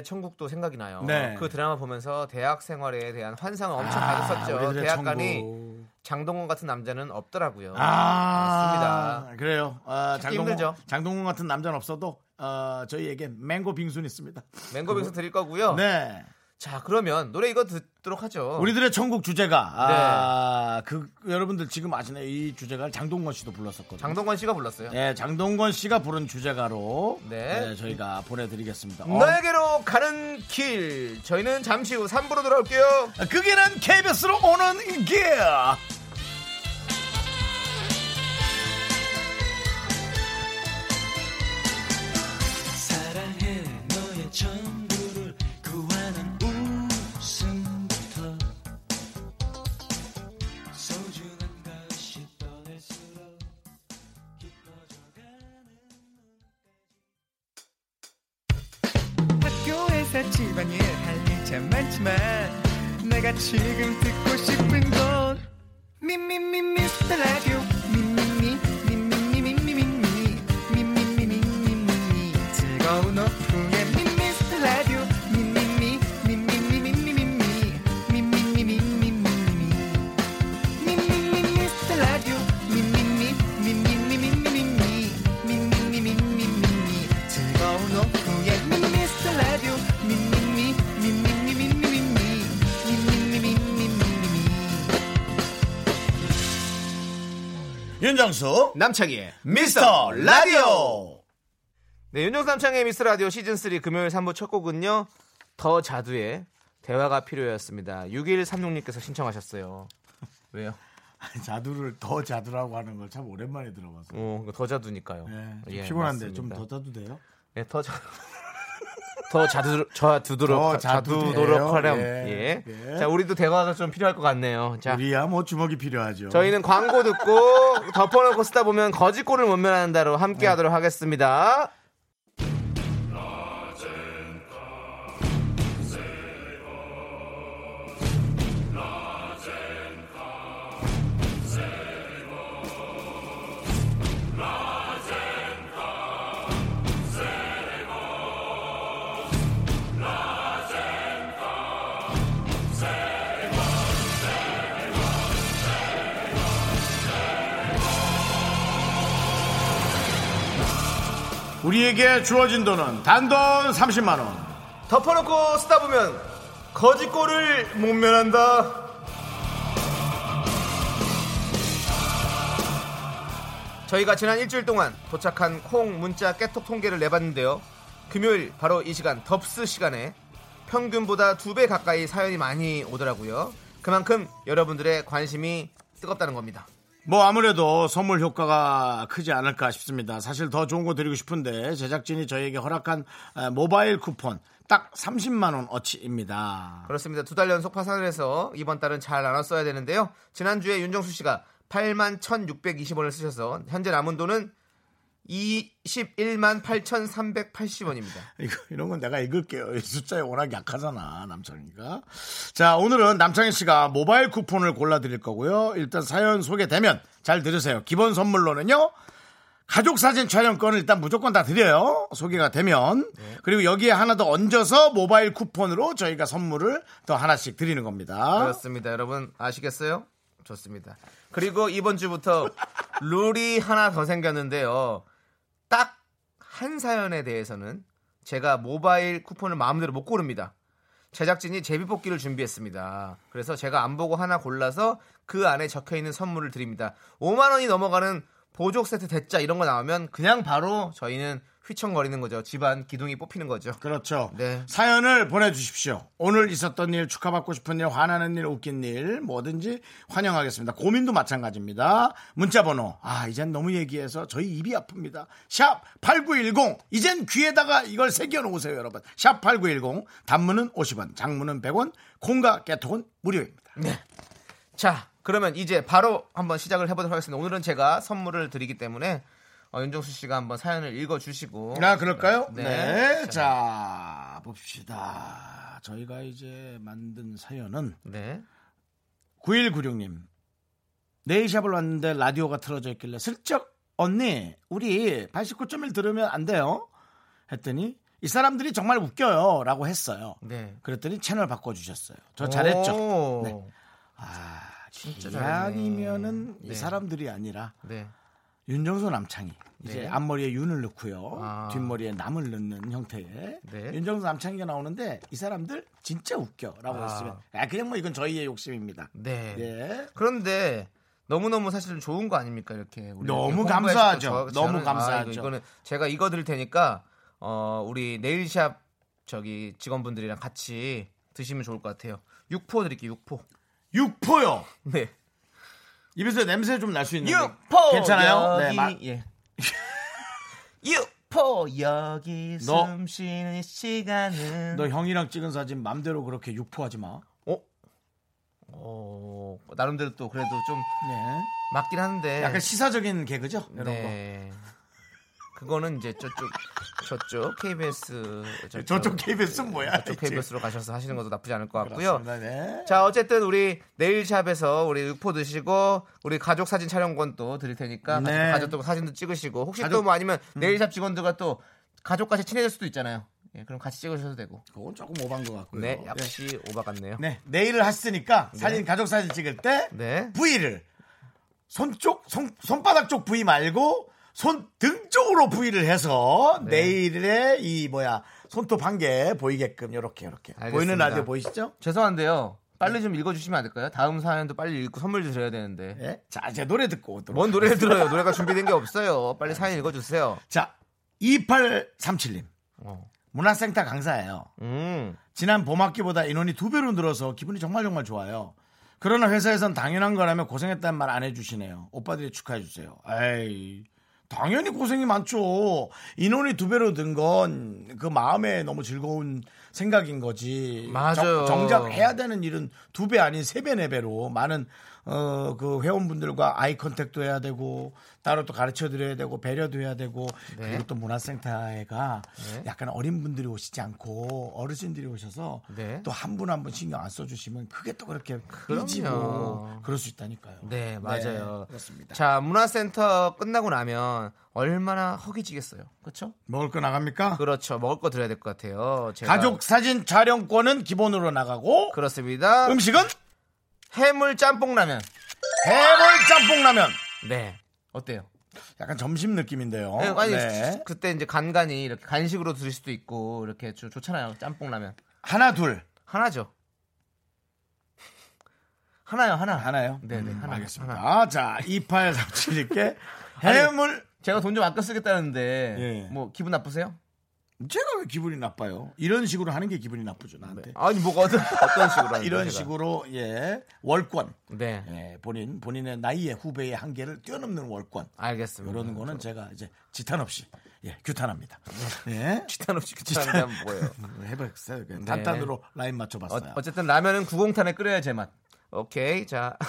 Speaker 2: 천국도 생각이 나요.
Speaker 1: 네.
Speaker 2: 그 드라마 보면서 대학 생활에 대한 환상을 엄청
Speaker 1: 아,
Speaker 2: 가졌었죠.
Speaker 1: 우리들의
Speaker 2: 대학간이
Speaker 1: 천국.
Speaker 2: 장동건 같은 남자는 없더라고요.
Speaker 1: 아,
Speaker 2: 맞습니다.
Speaker 1: 그래요. 아,
Speaker 2: 어, 찾기
Speaker 1: 장동건,
Speaker 2: 힘들죠.
Speaker 1: 장동건 같은 남자는 없어도 어, 저희에겐 맹고 빙수는 있습니다.
Speaker 2: 맹고빙수 드릴 거고요.
Speaker 1: 그 네.
Speaker 2: 자, 그러면 노래 이거 듣도록 하죠.
Speaker 1: 우리들의 천국 주제가 아,
Speaker 2: 네.
Speaker 1: 그 여러분들 지금 아시나요? 이 주제가를 장동건 씨도 불렀었거든요.
Speaker 2: 장동건 씨가 불렀어요.
Speaker 1: 네, 장동건 씨가 부른 주제가로
Speaker 2: 네.
Speaker 1: 네, 저희가 보내드리겠습니다. 어,
Speaker 2: 너에게로 가는 길. 저희는 잠시 후 3부로 돌아올게요.
Speaker 1: 그게는 KBS로 오는 길.
Speaker 6: 사랑해 너의 전부를 구하는 웃음부터 소중한 것이 떠날수록
Speaker 7: 학교에서 집안일 할 일 참 많지만 내가 지금 듣고 싶은 건 미미미 미스터 라디오 미미미 미미미 미미미 미미미 미미미 즐거운 오후에 미스터 라디오 미미미 미미미 미미미 미미미 미미미
Speaker 1: 윤정수 *laughs*
Speaker 2: 남창희의
Speaker 1: 미스터 라디오.
Speaker 2: 네, 윤정수 남창희의 미스터 라디오 시즌 3 금요일 3부 첫 곡은요. 더 자두의 대화가 필요했습니다.
Speaker 1: *laughs*
Speaker 2: 6136님께서 신청하셨어요. 왜요?
Speaker 1: 자두를 더 자두라고 하는 걸 참 오랜만에 들어봐서.
Speaker 2: 어, 더 자두니까요.
Speaker 1: 네, 좀
Speaker 2: 예,
Speaker 1: 피곤한데 좀
Speaker 2: 맞습니다.
Speaker 1: 더 자도 돼요?
Speaker 2: 네, 더 자. *laughs* 더 자두 자두도록
Speaker 1: 더 자두예요.
Speaker 2: 자두도록 하렴.
Speaker 1: 예.
Speaker 2: 예.
Speaker 1: 예.
Speaker 2: 자, 우리도 대화가 좀 필요할 것 같네요. 자,
Speaker 1: 우리야 뭐 주먹이 필요하죠.
Speaker 2: 저희는 광고 듣고 *laughs* 덮어놓고 쓰다 보면 거짓골을 못
Speaker 1: 네.
Speaker 2: 면한다로 함께하도록 하겠습니다.
Speaker 1: 우리에게 주어진 돈은 단돈 30만 원.
Speaker 2: 덮어놓고 쓰다 보면 거짓골을 못 면한다. 저희가 지난 일주일 동안 도착한 콩 문자 깨톡 통계를 내봤는데요. 금요일 바로 이 시간 덥스 시간에 평균보다 두 배 가까이 사연이 많이 오더라고요. 그만큼 여러분들의 관심이 뜨겁다는 겁니다.
Speaker 1: 뭐 아무래도 선물 효과가 크지 않을까 싶습니다. 사실 더 좋은 거 드리고 싶은데 제작진이 저희에게 허락한 아, 모바일 쿠폰 딱 30만 원 어치입니다.
Speaker 2: 그렇습니다. 두 달 연속 파산을 해서 이번 달은 잘 나눴어야 되는데요. 지난주에 윤정수 씨가 8만 1,620원을 쓰셔서 현재 남은 돈은 21만 8,380원입니다.
Speaker 1: *laughs* 이거, 이런 건 내가 읽을게요. 이 숫자에 워낙 약하잖아, 남창이가. 자, 오늘은 남창희 씨가 모바일 쿠폰을 골라드릴 거고요. 일단 사연 소개되면 잘 들으세요. 기본 선물로는요. 가족 사진 촬영권을 일단 무조건 다 드려요. 소개가 되면.
Speaker 2: 네.
Speaker 1: 그리고 여기에 하나 더 얹어서 모바일 쿠폰으로 저희가 선물을 더 하나씩 드리는 겁니다.
Speaker 2: 그렇습니다. 여러분 아시겠어요? 좋습니다. 그리고 이번 주부터 룰이 하나 더 생겼는데요. 딱 한 사연에 대해서는 제가 모바일 쿠폰을 마음대로 못 고릅니다. 제작진이 제비뽑기를 준비했습니다. 그래서 제가 안 보고 하나 골라서 그 안에 적혀 있는 선물을 드립니다. 5만 원이 넘어가는 보조 세트 대짜 이런 거 나오면 그냥 바로 저희는 휘청거리는 거죠. 집안 기둥이 뽑히는 거죠.
Speaker 1: 그렇죠.
Speaker 2: 네.
Speaker 1: 사연을 보내주십시오. 오늘 있었던 일, 축하받고 싶은 일, 화나는 일, 웃긴 일, 뭐든지 환영하겠습니다. 고민도 마찬가지입니다. 문자번호, 아, 이젠 너무 얘기해서 저희 입이 아픕니다. 샵 8910, 이젠 귀에다가 이걸 새겨놓으세요, 여러분. 샵 8910, 단문은 50원, 장문은 100원, 콩과 깨톡은 무료입니다.
Speaker 2: 자, 그러면 이제 바로 한번 시작을 해보도록 하겠습니다. 오늘은 제가 선물을 드리기 때문에 어, 윤정수 씨가 한번 사연을 읽어주시고.
Speaker 1: 아, 그럴까요?
Speaker 2: 네.
Speaker 1: 네. 자, 봅시다. 저희가 이제 만든 사연은
Speaker 2: 네.
Speaker 1: 9196님. 네이샵을 왔는데 라디오가 틀어져 있길래 슬쩍 언니 우리 89.1 들으면 안 돼요? 했더니 이 사람들이 정말 웃겨요 라고 했어요.
Speaker 2: 네.
Speaker 1: 그랬더니 채널 바꿔주셨어요. 저 잘했죠?
Speaker 2: 오.
Speaker 1: 네. 아 진짜
Speaker 2: 잘하네.
Speaker 1: 아니면은 이
Speaker 2: 네.
Speaker 1: 사람들이 아니라
Speaker 2: 네.
Speaker 1: 윤정수 남창이 이제
Speaker 2: 네.
Speaker 1: 앞머리에 윤을 넣고요
Speaker 2: 아.
Speaker 1: 뒷머리에 남을 넣는 형태의
Speaker 2: 네.
Speaker 1: 윤정수 남창이가 나오는데 이 사람들 진짜 웃겨라고
Speaker 2: 아.
Speaker 1: 했으면 아 그냥 뭐 이건 저희의 욕심입니다.
Speaker 2: 네.
Speaker 1: 예.
Speaker 2: 그런데 너무너무 사실 좋은 거 아닙니까? 이렇게. 우리
Speaker 1: 너무
Speaker 2: 이렇게
Speaker 1: 감사하죠.
Speaker 2: 홍보해서 저-
Speaker 1: 너무
Speaker 2: 저는- 아,
Speaker 1: 감사하죠.
Speaker 2: 이거, 는 제가 이거 드릴 테니까 어, 우리 네일샵 저기 직원분들이랑 같이 드시면 좋을 것 같아요. 육포 드릴게요. 육포.
Speaker 1: 육포요.
Speaker 2: 네.
Speaker 1: 입에서 냄새 좀 날 수 있는.
Speaker 2: 육포
Speaker 1: 괜찮아요?
Speaker 2: 여기
Speaker 1: 네, 마-
Speaker 2: *laughs* 예. 육포 여기
Speaker 1: 너-
Speaker 2: 숨 쉬는 이 시간은
Speaker 1: 너 형이랑 찍은 사진 맘대로 그렇게 육포하지 마.
Speaker 2: 어? 어, 나름대로 또 그래도 좀
Speaker 1: 네.
Speaker 2: 맞긴 한데
Speaker 1: 약간 시사적인 개그죠? 이런
Speaker 2: 네. 그거는 이제 저쪽 저쪽 KBS
Speaker 1: 거. 저쪽 KBS 는 뭐야?
Speaker 2: 그렇죠. 저쪽 KBS로 가셔서 하시는 것도 나쁘지 않을 것 같고요.
Speaker 1: 그렇습니다. 네.
Speaker 2: 자 어쨌든 우리 네일샵에서 우리 육포 드시고 우리 가족 사진 촬영권 또 드릴 테니까 가족-
Speaker 1: 네.
Speaker 2: 가족 도 사진도 찍으시고 혹시
Speaker 1: 가족- 음.
Speaker 2: 또 뭐 아니면 네일샵 직원들과 또 가족같이 친해질 수도 있잖아요. 예, 그럼 같이 찍으셔도 되고.
Speaker 1: 그건 조금 오반 것 같고요.
Speaker 2: 네,
Speaker 1: 네.
Speaker 2: 역시 오바 같네요.
Speaker 1: 네. 내일을 하시니까 사진 가족 사진 찍을 때
Speaker 2: 네.
Speaker 1: 부위를 손쪽 손, 손바닥 쪽 부위 말고 손등 쪽으로 부위를 해서
Speaker 2: 네.
Speaker 1: 내일의 이 뭐야 손톱 한 개 보이게끔 요렇게 요렇게
Speaker 2: 알겠습니다.
Speaker 1: 보이는 라디오 보이시죠?
Speaker 2: 죄송한데요.
Speaker 1: 네.
Speaker 2: 빨리 좀 읽어주시면 안 될까요? 다음 사연도 빨리 읽고 선물 드려야 되는데.
Speaker 1: 예. 자, 이제 노래 듣고 오도록
Speaker 2: 뭔 노래를 들어요? 노래가 준비된 게 없어요. 빨리 사연 읽어주세요.
Speaker 1: 자, 2837님.
Speaker 2: 어.
Speaker 1: 문화센터 강사예요.
Speaker 2: 음,
Speaker 1: 지난 봄학기보다 인원이 두 배로 늘어서 기분이 정말 정말 좋아요. 그러나 회사에선 당연한 거라며 고생했다는 말 안 해주시네요. 오빠들이 축하해주세요. 에이, 당연히 고생이 많죠. 인원이 두 배로 든 건 그 마음에 너무 즐거운 생각인 거지.
Speaker 2: 맞아요.
Speaker 1: 정, 작 해야 되는 일은 두 배 아닌 세 배, 네 배로 많은 어, 그 회원분들과 아이 컨택도 해야 되고 따로 또 가르쳐 드려야 되고 배려도 해야 되고
Speaker 2: 네.
Speaker 1: 그리고 또 문화센터가 약간 어린 분들이 오시지 않고 어르신들이 오셔서
Speaker 2: 네.
Speaker 1: 또 한 분 한 분 신경 안 써주시면 그게 또 그렇게 삐지고 그럴 수 있다니까요.
Speaker 2: 네, 맞아요.
Speaker 1: 그렇습니다.
Speaker 2: 자, 문화센터 끝나고 나면 얼마나 허기지겠어요. 그렇죠?
Speaker 1: 먹을 거 나갑니까?
Speaker 2: 그렇죠. 먹을 거 드려야 될 것 같아요. 제가.
Speaker 1: 가족 사진 촬영권은 기본으로 나가고
Speaker 2: 그렇습니다.
Speaker 1: 음식은
Speaker 2: 해물 짬뽕라면.
Speaker 1: 해물 짬뽕라면.
Speaker 2: 네. 어때요?
Speaker 1: 약간 점심 느낌인데요.
Speaker 2: 네, 아니
Speaker 1: 네.
Speaker 2: 그때 이제 간간이 이렇게 간식으로 드실 수도 있고 이렇게 주- 좋잖아요. 짬뽕라면.
Speaker 1: 하나 둘
Speaker 2: 하나죠. 하나요, 하나.
Speaker 1: 하나요?
Speaker 2: 네, 네.
Speaker 1: 음,
Speaker 2: 하나.
Speaker 1: 알겠습니다.
Speaker 2: 하나.
Speaker 1: 아, 자
Speaker 2: *laughs*
Speaker 1: 2837님께 해물
Speaker 2: 제가 돈 좀 아껴 쓰겠다는데
Speaker 1: 예.
Speaker 2: 뭐 기분 나쁘세요?
Speaker 1: 제가 왜 기분이 나빠요? 이런 식으로 하는 게 기분이 나쁘죠 나한테.
Speaker 2: 네. 아니 뭐가 어떤, 어떤 식으로 하는
Speaker 1: 이런
Speaker 2: 거예요, 제가?
Speaker 1: 식으로 예 월권
Speaker 2: 네.
Speaker 1: 예, 본인 본인의 나이의 후배의 한계를 뛰어넘는 월권
Speaker 2: 알겠습니다. *laughs*
Speaker 1: 이런 거는 제가 이제 지탄 없이 예 규탄합니다.
Speaker 2: 음. *laughs*
Speaker 1: 예.
Speaker 2: 기탄 없이 기탄 *laughs* 뭐예요? 네.
Speaker 1: 해봤어요. 그냥 단단으로 라인 맞춰봤어요.
Speaker 2: 어, 쨌든 라면은 구공탄에 끓여야 제맛. 오케이. 자. *laughs*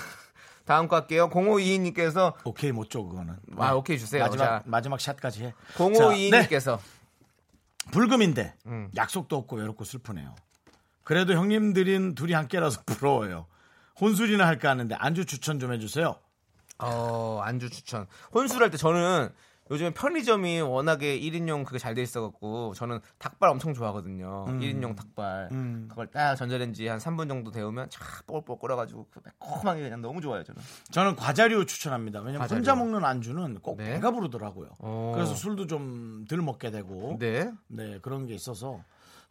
Speaker 2: 다음 거 할게요. 0522님께서
Speaker 1: 오케이 못 줘 그거는. 네.
Speaker 2: 아, 오케이 주세요.
Speaker 1: 마지막
Speaker 2: 자.
Speaker 1: 마지막 샷까지 해. 자, 네.
Speaker 2: 0522님께서 음.
Speaker 1: 불금인데 약속도 없고 외롭고 슬프네요. 그래도 형님들인 둘이 함께라서 *laughs* 부러워요. 혼술이나 할까 하는데 안주 추천 좀 해주세요.
Speaker 2: 어, 안주 추천. 혼술할 때 저는 요즘에 편의점이 워낙에 1인용 그게 잘 돼 있어갖고 저는 닭발 엄청 좋아하거든요. 1인용 닭발. 그걸 딱 전자레인지 한 3분 정도 데우면 촥 뽀글뽀글 끓어가지고 그 매콤하게 그냥 너무 좋아요 저는.
Speaker 1: 저는 과자류 추천합니다. 왜냐면
Speaker 2: 과자류.
Speaker 1: 혼자 먹는 안주는 꼭
Speaker 2: 네.
Speaker 1: 배가 부르더라고요.
Speaker 2: 어.
Speaker 1: 그래서 술도 좀 덜 먹게 되고 네.
Speaker 2: 네.
Speaker 1: 그런 게 있어서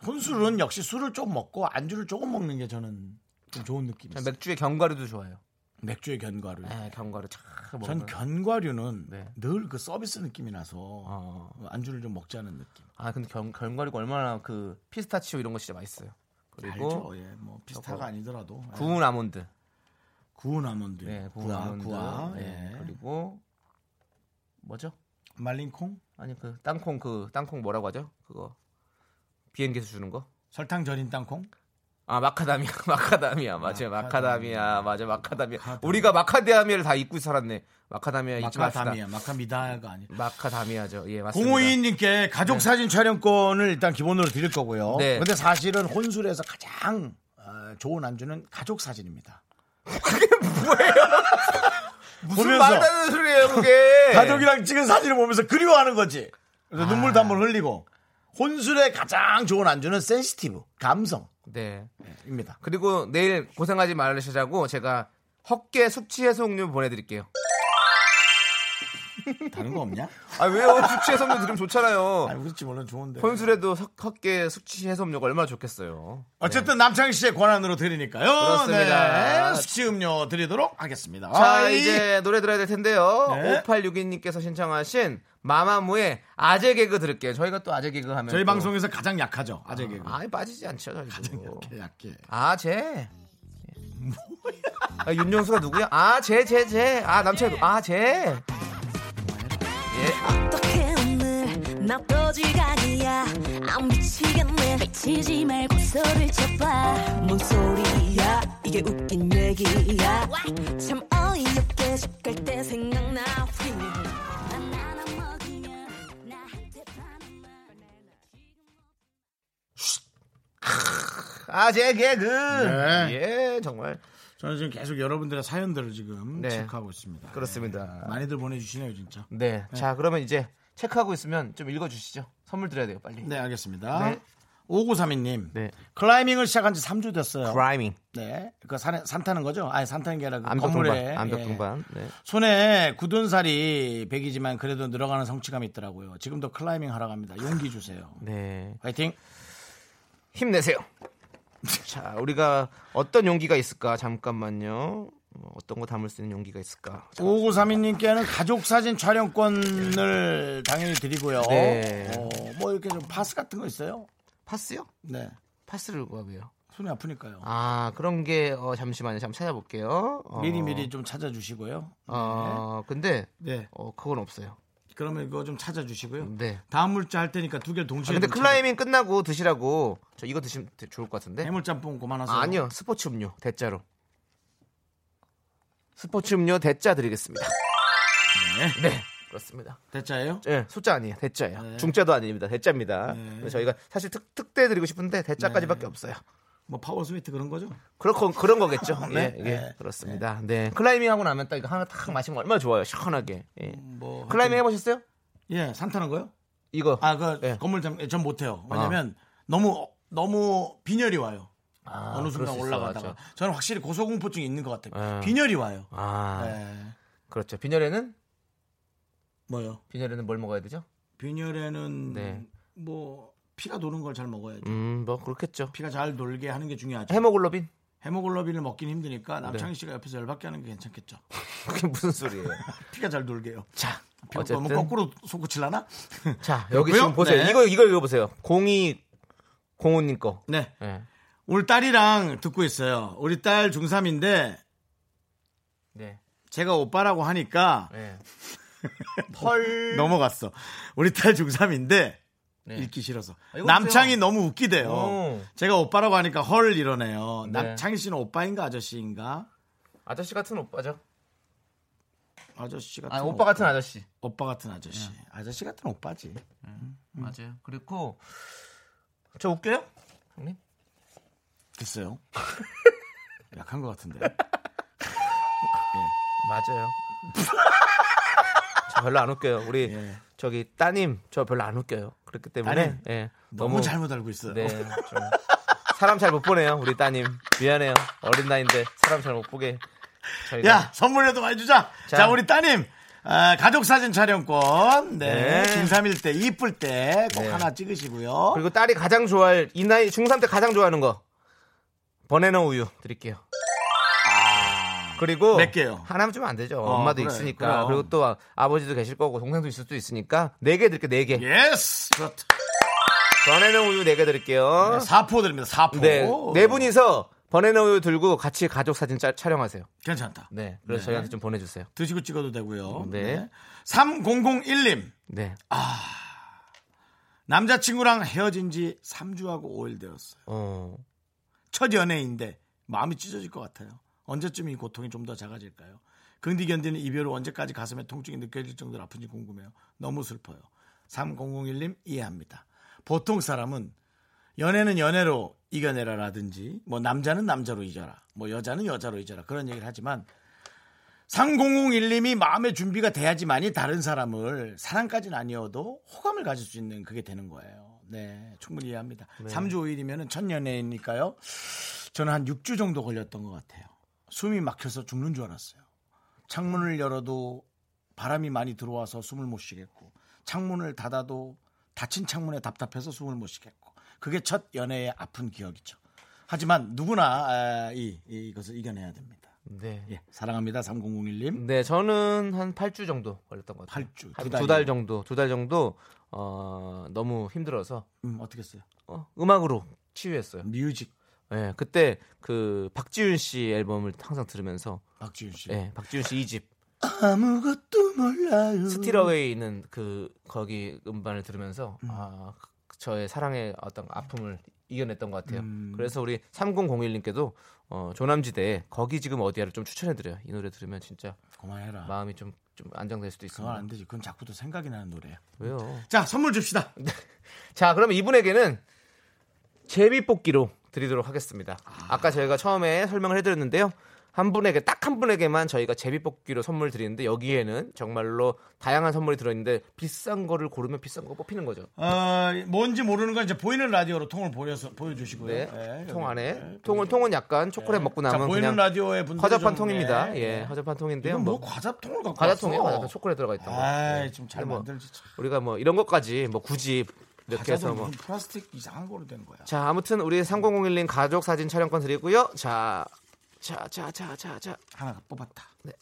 Speaker 1: 혼술은 역시 술을 좀 먹고 안주를 조금 먹는 게 저는 좀 좋은 느낌이
Speaker 2: 저는
Speaker 1: 있어요.
Speaker 2: 맥주에 견과류도 좋아해요.
Speaker 1: 맥주의 견과류.
Speaker 2: 네, 견과류 촥
Speaker 1: 전
Speaker 2: 먹으면.
Speaker 1: 견과류는
Speaker 2: 네.
Speaker 1: 늘 그 서비스 느낌이 나서 그
Speaker 2: 어.
Speaker 1: 안주를 좀 먹지 않은 느낌.
Speaker 2: 아 근데 견, 견과류가 얼마나 그 피스타치오 이런 거 진짜 맛있어요. 그리고
Speaker 1: 알죠? 예, 뭐 비슷하가 아니더라도 예.
Speaker 2: 구운 아몬드.
Speaker 1: 구운 아몬드,
Speaker 2: 네, 구운
Speaker 1: 예. 구아,
Speaker 2: 아몬드.
Speaker 1: 구아,
Speaker 2: 네,
Speaker 1: 예.
Speaker 2: 그리고 뭐죠?
Speaker 1: 말린 콩,
Speaker 2: 아니 그 땅콩 그 땅콩 뭐라고 하죠? 그거 비행기에서 주는 거?
Speaker 1: 설탕 절인 땅콩.
Speaker 2: 아 마카다미아 *laughs* 마카다미아 맞아요
Speaker 1: 마카다미아.
Speaker 2: 마카다미아 맞아 마카다미아
Speaker 1: 마카다미아.
Speaker 2: 우리가 마카다미아를 다 잊고 살았네 마카다미아 잊지 맙시다
Speaker 1: 마카다미아, 마카미다가 아니.
Speaker 2: 마카다미아죠 예 맞습니다
Speaker 1: 052님께 가족 사진 촬영권을 일단 기본으로 드릴 거고요.
Speaker 2: 네.
Speaker 1: 근데 사실은 혼술에서 가장 어, 좋은 안주는 가족 사진입니다. *laughs*
Speaker 2: 무슨
Speaker 1: 보면서.
Speaker 2: 말하는 소리예요
Speaker 1: *laughs*
Speaker 2: 그게
Speaker 1: 가족이랑 찍은 사진을 보면서 그리워하는 거지.
Speaker 2: 아.
Speaker 1: 그래서 눈물도 한번 흘리고 혼술의 가장 좋은 안주는 센시티브
Speaker 2: *laughs*
Speaker 1: 감성입니다.
Speaker 2: 네 그리고 내일 고생하지 말으시자고 제가 헛개 숙취 해소음료 보내드릴게요
Speaker 1: 다른 거 없냐?
Speaker 2: 아 왜요 숙취 해소음료 들으면 좋잖아요
Speaker 1: 아 그렇지 물론 좋은데.
Speaker 2: 혼술에도 석- 헛개 숙취 해소음료가 얼마나 좋겠어요
Speaker 1: 어쨌든 남창희 씨의 권한으로 드리니까요.
Speaker 2: 네. 그렇습니다.
Speaker 1: 네, 숙취 음료 드리도록 하겠습니다.
Speaker 2: 자,
Speaker 1: 아이.
Speaker 2: 이제 노래 들어야 될 텐데요.
Speaker 1: 네.
Speaker 2: 5862님께서 신청하신 마마무의 아재 개그 들을게요. 저희가 또 아재 개그 하면
Speaker 1: 저희
Speaker 2: 네, 또-
Speaker 1: 방송에서 가장 약하죠. 아재 개그.
Speaker 2: 아니 빠지지 않죠, 저희도.
Speaker 1: 약해 약해.
Speaker 2: 아재. 아, 윤정수가 누구야? 아, 제, 제, 제. 아, 남친이 아, 제.
Speaker 5: 어떻게 오늘 나 또 지각이야 안 미치겠네 미치지 말고 소리를 쳐봐 뭔 소리야 이게 웃긴 얘기야 참 어이없게 집 갈 때 생각나 휘. 난 하나 먹이면 나한테 반한
Speaker 2: 아재 개그.
Speaker 1: 네.
Speaker 2: 예, 정말.
Speaker 1: 저는 지금 계속 여러분들의 사연들을 지금
Speaker 2: 네.
Speaker 1: 체크하고 있습니다.
Speaker 2: 그렇습니다.
Speaker 1: 네. 많이들 보내주시네요, 진짜.
Speaker 2: 네. 자, 그러면 이제 체크하고 있으면 좀 읽어주시죠. 선물 드려야 돼요, 빨리.
Speaker 1: 네, 알겠습니다.
Speaker 2: 네.
Speaker 1: 5932님.
Speaker 2: 네.
Speaker 1: 클라이밍을 시작한 지 3주 됐어요.
Speaker 2: 라이밍.
Speaker 1: 네. 그 산, 산 타는 거죠? 아니, 산 타는 게 아니라 그
Speaker 2: 암벽
Speaker 1: 건물에.
Speaker 2: 동반. 암벽
Speaker 1: 예.
Speaker 2: 동반. 네.
Speaker 1: 손에 굳은 살이 100이지만 그래도 늘어가는 성취감이 있더라고요. 지금도 클라이밍 하러 갑니다. 용기 주세요.
Speaker 2: 네.
Speaker 1: 화이팅!
Speaker 2: 힘내세요. *laughs* 자, 우리가 어떤 용기가 있을까? 잠깐만요. 어, 어떤 거 담을 수 있는 용기가 있을까? 자,
Speaker 1: 5932님께는 가족 사진 촬영권을 당연히 드리고요.
Speaker 2: 네.
Speaker 1: 어, 뭐 이렇게 좀 파스 같은 거 있어요?
Speaker 2: 파스요?
Speaker 1: 네.
Speaker 2: 파스를 구하고요.
Speaker 1: 손이 아프니까요.
Speaker 2: 아, 그런 게 어, 잠시만요. 잠 찾아볼게요. 어,
Speaker 1: 미리 미리 좀 찾아주시고요.
Speaker 2: 어, 근데
Speaker 1: 네.
Speaker 2: 어, 그건 없어요.
Speaker 1: 그러면 그거 좀 찾아주시고요.
Speaker 2: 네.
Speaker 1: 다음 물자 할 테니까 두 개를 동시에.
Speaker 2: 아, 근데
Speaker 1: 좀
Speaker 2: 클라이밍 끝나고 드시라고 저 이거 드시면 되- 좋을 것
Speaker 1: 찾아-
Speaker 2: 같은데.
Speaker 1: 해물짬뽕 그만하세요.
Speaker 2: 아, 니요 스포츠 음료 대짜로. 스포츠 음료 대짜 드리겠습니다.
Speaker 1: 네.
Speaker 2: 네. 그렇습니다.
Speaker 1: 대짜예요?
Speaker 2: 예, 숫자 아니에요. 대짜예요.
Speaker 1: 네.
Speaker 2: 중짜도 아닙니다. 대짜입니다.
Speaker 1: 네.
Speaker 2: 근데 저희가 사실 특, 특대 드리고 싶은데 대짜까지밖에
Speaker 1: 네.
Speaker 2: 없어요.
Speaker 1: 뭐 파워 스웨이트 그런 거죠?
Speaker 2: 그렇고 그런 거겠죠.
Speaker 1: *laughs* 네.
Speaker 2: 예, 예,
Speaker 1: 네.
Speaker 2: 그렇습니다. 네. 클라이밍 하고 나면 딱 이거 하나 탁 마시면 얼마나 좋아요. 시원하게. 예.
Speaker 1: 뭐
Speaker 2: 클라이밍 해 보셨어요?
Speaker 1: 예, 산타는 거요?
Speaker 2: 이거.
Speaker 1: 아, 그
Speaker 2: 예.
Speaker 1: 건물 잠, 전못 해요. 왜냐면 너무 너무 빈혈이 와요.
Speaker 2: 아,
Speaker 1: 어느
Speaker 2: 그럴
Speaker 1: 순간
Speaker 2: 수 있어요.
Speaker 1: 올라가다가
Speaker 2: 맞아.
Speaker 1: 저는 확실히 고소공포증이 있는 것 같아요.
Speaker 2: 예.
Speaker 1: 빈혈이 와요.
Speaker 2: 아,
Speaker 1: 예.
Speaker 2: 그렇죠. 빈혈에는
Speaker 1: 뭐요?
Speaker 2: 빈혈에는 뭘 먹어야 되죠?
Speaker 1: 빈혈에는
Speaker 2: 네.
Speaker 1: 뭐 피가 도는 걸 잘 먹어야죠.
Speaker 2: 음, 뭐 그렇겠죠.
Speaker 1: 피가 잘 돌게 하는 게 중요하죠.
Speaker 2: 헤모글로빈? *laughs*
Speaker 1: 헤모글로빈을 먹긴 힘드니까
Speaker 2: 네.
Speaker 1: 남창희 씨가 옆에서 열받게 하는 게 괜찮겠죠.
Speaker 2: 그게 무슨 소리예요?
Speaker 1: 피가 잘
Speaker 2: *laughs*
Speaker 1: 돌게요.
Speaker 2: 자,
Speaker 1: 피가
Speaker 2: 어쨌든
Speaker 1: 너무 거꾸로 솟구칠라나? *laughs*
Speaker 2: 자, 여기
Speaker 1: 그렇고요?
Speaker 2: 지금 보세요.
Speaker 1: 네.
Speaker 2: 이거 이거 읽어 보세요. 공이 공호 님 거.
Speaker 1: 네.
Speaker 2: 예.
Speaker 1: 오늘 딸이랑 듣고 있어요. 우리 딸 중3인데
Speaker 2: 네.
Speaker 1: 제가 오빠라고 하니까
Speaker 2: 예.
Speaker 1: 펄 넘어갔어. 우리 딸 중3인데
Speaker 2: 네.
Speaker 1: 읽기 싫어서.
Speaker 2: 아, 이거
Speaker 1: 남창이
Speaker 2: 보세요.
Speaker 1: 너무 웃기대요.
Speaker 2: 오.
Speaker 1: 제가 오빠라고 하니까 헐 이러네요.
Speaker 2: 네.
Speaker 1: 남창희 씨는 오빠인가 아저씨인가?
Speaker 2: 아저씨 같은 오빠죠.
Speaker 1: 아저씨 같은
Speaker 2: 아, 오빠 같은 아저씨.
Speaker 1: 오빠 같은 아저씨. 예. 아저씨 같은 오빠지. 음.
Speaker 2: 맞아요. 그리고 저 웃겨요? 형님?
Speaker 1: *laughs* 글쎄요. 약한 것 같은데. *laughs*
Speaker 2: 맞아요. 저 별로 안 웃겨요. 우리
Speaker 1: 예.
Speaker 2: 저기 따님 저 별로 안 웃겨요. 그렇기 때문에
Speaker 1: 따님,
Speaker 2: 예.
Speaker 1: 너무, 잘못 알고 있어요.
Speaker 2: 네. 좀 사람 잘 못 보네요. 우리 따님 미안해요. 어린 나이인데 사람 잘 못 보게. 저희가-
Speaker 1: 야 선물이라도 많이 주자. 자,
Speaker 2: 자.
Speaker 1: 우리 따님 아, 가족 사진 촬영권. 네.
Speaker 2: 네.
Speaker 1: 중3일 때 이쁠 때 꼭
Speaker 2: 네.
Speaker 1: 하나 찍으시고요.
Speaker 2: 그리고 딸이 가장 좋아할 이 나이 중3 때 가장 좋아하는 거 버네너 우유 드릴게요. 그리고
Speaker 1: 아. 몇 개요?
Speaker 2: 하나면 좀 안 되죠.
Speaker 1: 어,
Speaker 2: 엄마도
Speaker 1: 그래,
Speaker 2: 있으니까.
Speaker 1: 그럼.
Speaker 2: 그리고 또 아- 아버지도 계실 거고 동생도 있을 수도 있으니까 네 개 드릴게요. 네 개.
Speaker 1: 예스. 그렇다.
Speaker 2: 버네너 우유 네 개 드릴게요.
Speaker 1: 사포 드립니다. 사포.
Speaker 2: 네. 네 분이서 버네너 우유 들고 같이 가족 사진 짜- 촬영하세요.
Speaker 1: 괜찮다.
Speaker 2: 네. 그래서
Speaker 1: 네.
Speaker 2: 저희한테 좀 보내 주세요.
Speaker 1: 드시고 찍어도 되고요.
Speaker 2: 네.
Speaker 1: 3001님.
Speaker 2: 네.
Speaker 1: 아. 남자친구랑 헤어진 지 3주하고 5일 되었어요.
Speaker 2: 어.
Speaker 1: 첫 연애인데 마음이 찢어질 것 같아요. 언제쯤 이 고통이 좀 더 작아질까요? 긍디 견디는 이별 후 언제까지 가슴에 통증이 느껴질 정도로 아픈지 궁금해요. 너무 슬퍼요. 3001님 이해합니다. 보통 사람은 연애는 연애로 이겨내라라든지 뭐 남자는 남자로 잊어라 뭐 여자는 여자로 잊어라 그런 얘기를 하지만 3001님이 마음의 준비가 돼야지만이 다른 사람을 사랑까지는 아니어도 호감을 가질 수 있는 그게 되는 거예요. 네, 충분히 이해합니다. 3주 5일이면 첫 연애니까요. 저는 한 6주 정도 걸렸던 것 같아요. 숨이 막혀서 죽는 줄 알았어요. 창문을 열어도 바람이 많이 들어와서 숨을 못 쉬겠고 창문을 닫아도 닫힌 창문에 답답해서 숨을 못 쉬겠고 그게 첫 연애의 아픈 기억이죠. 하지만 누구나 아, 이, 이- 이것을 이겨내야 됩니다.
Speaker 2: 네.
Speaker 1: 예, 사랑합니다 3001님.
Speaker 2: 네, 저는 한 8주 정도 걸렸던 것 같아요.
Speaker 1: 팔 주, 두
Speaker 2: 한
Speaker 1: 달이요.
Speaker 2: 두 달 정도, 두 달 정도 어, 너무 힘들어서
Speaker 1: 음, 어떻게 했어요?
Speaker 2: 어, 음악으로 치유했어요.
Speaker 1: 뮤직
Speaker 2: 예, 그때 그 박지윤 씨 앨범을 항상 들으면서
Speaker 1: 박지윤 씨.
Speaker 2: 예, 박지윤 씨 2집
Speaker 1: 아무것도 몰라요.
Speaker 2: 스틸어웨이 있는 그 거기 음반을 들으면서 아, 그- 저의 사랑의 어떤 아픔을 이겨냈던 것 같아요.
Speaker 1: 음.
Speaker 2: 그래서 우리 3001님께도 어, 조남지대 거기 지금 어디야를 좀 추천해드려요. 이 노래 들으면 진짜
Speaker 1: 그만해라.
Speaker 2: 마음이 좀 좀 안정될 수도
Speaker 1: 그건
Speaker 2: 있습니다.
Speaker 1: 안 되지. 그건 자꾸도 생각이 나는 노래야.
Speaker 2: 왜요?
Speaker 1: 자 선물 줍시다.
Speaker 2: 자, 그러면 이분에게는 제비뽑기로 드리도록 하겠습니다. 아. 까 저희가 처음에 설명을 해드렸는데요. 한 분에게 딱 한 분에게만 저희가 제비뽑기로 선물 드리는데 여기에는 정말로 다양한 선물이 들어있는데 비싼 거를 고르면 비싼 거 뽑히는 거죠.
Speaker 1: 어, 뭔지 모르는 건 이제 보이는 라디오로 통을 보여서 보여주시고요.
Speaker 2: 네,
Speaker 1: 예,
Speaker 2: 통
Speaker 1: 여기.
Speaker 2: 안에
Speaker 1: 예,
Speaker 2: 통은 통은 약간 초콜릿 먹고
Speaker 1: 자,
Speaker 2: 남은
Speaker 1: 보이는
Speaker 2: 그냥
Speaker 1: 라디오의 분들
Speaker 2: 허접한
Speaker 1: 좀,
Speaker 2: 통입니다.
Speaker 1: 예,
Speaker 2: 예,
Speaker 1: 예.
Speaker 2: 허접한 통인데요.
Speaker 1: 이건 뭐
Speaker 2: 뭐
Speaker 1: 과자통을 갖고
Speaker 2: 과자통에
Speaker 1: 왔어.
Speaker 2: 과자통 초콜릿 들어가 있던 거.
Speaker 1: 아이,
Speaker 2: 예.
Speaker 1: 좀잘
Speaker 2: 뭐
Speaker 1: 만들지 참.
Speaker 2: 우리가 뭐 이런 것까지 뭐 굳이 이렇게 해서
Speaker 1: 과자도
Speaker 2: 뭐
Speaker 1: 무슨 플라스틱 이상한 거로 된 거야.
Speaker 2: 자, 아무튼 우리 3001님 가족 사진 촬영권 드리고요. 자, 자, 자, 자, 자, 자,
Speaker 1: 하나 뽑았다.
Speaker 2: 네.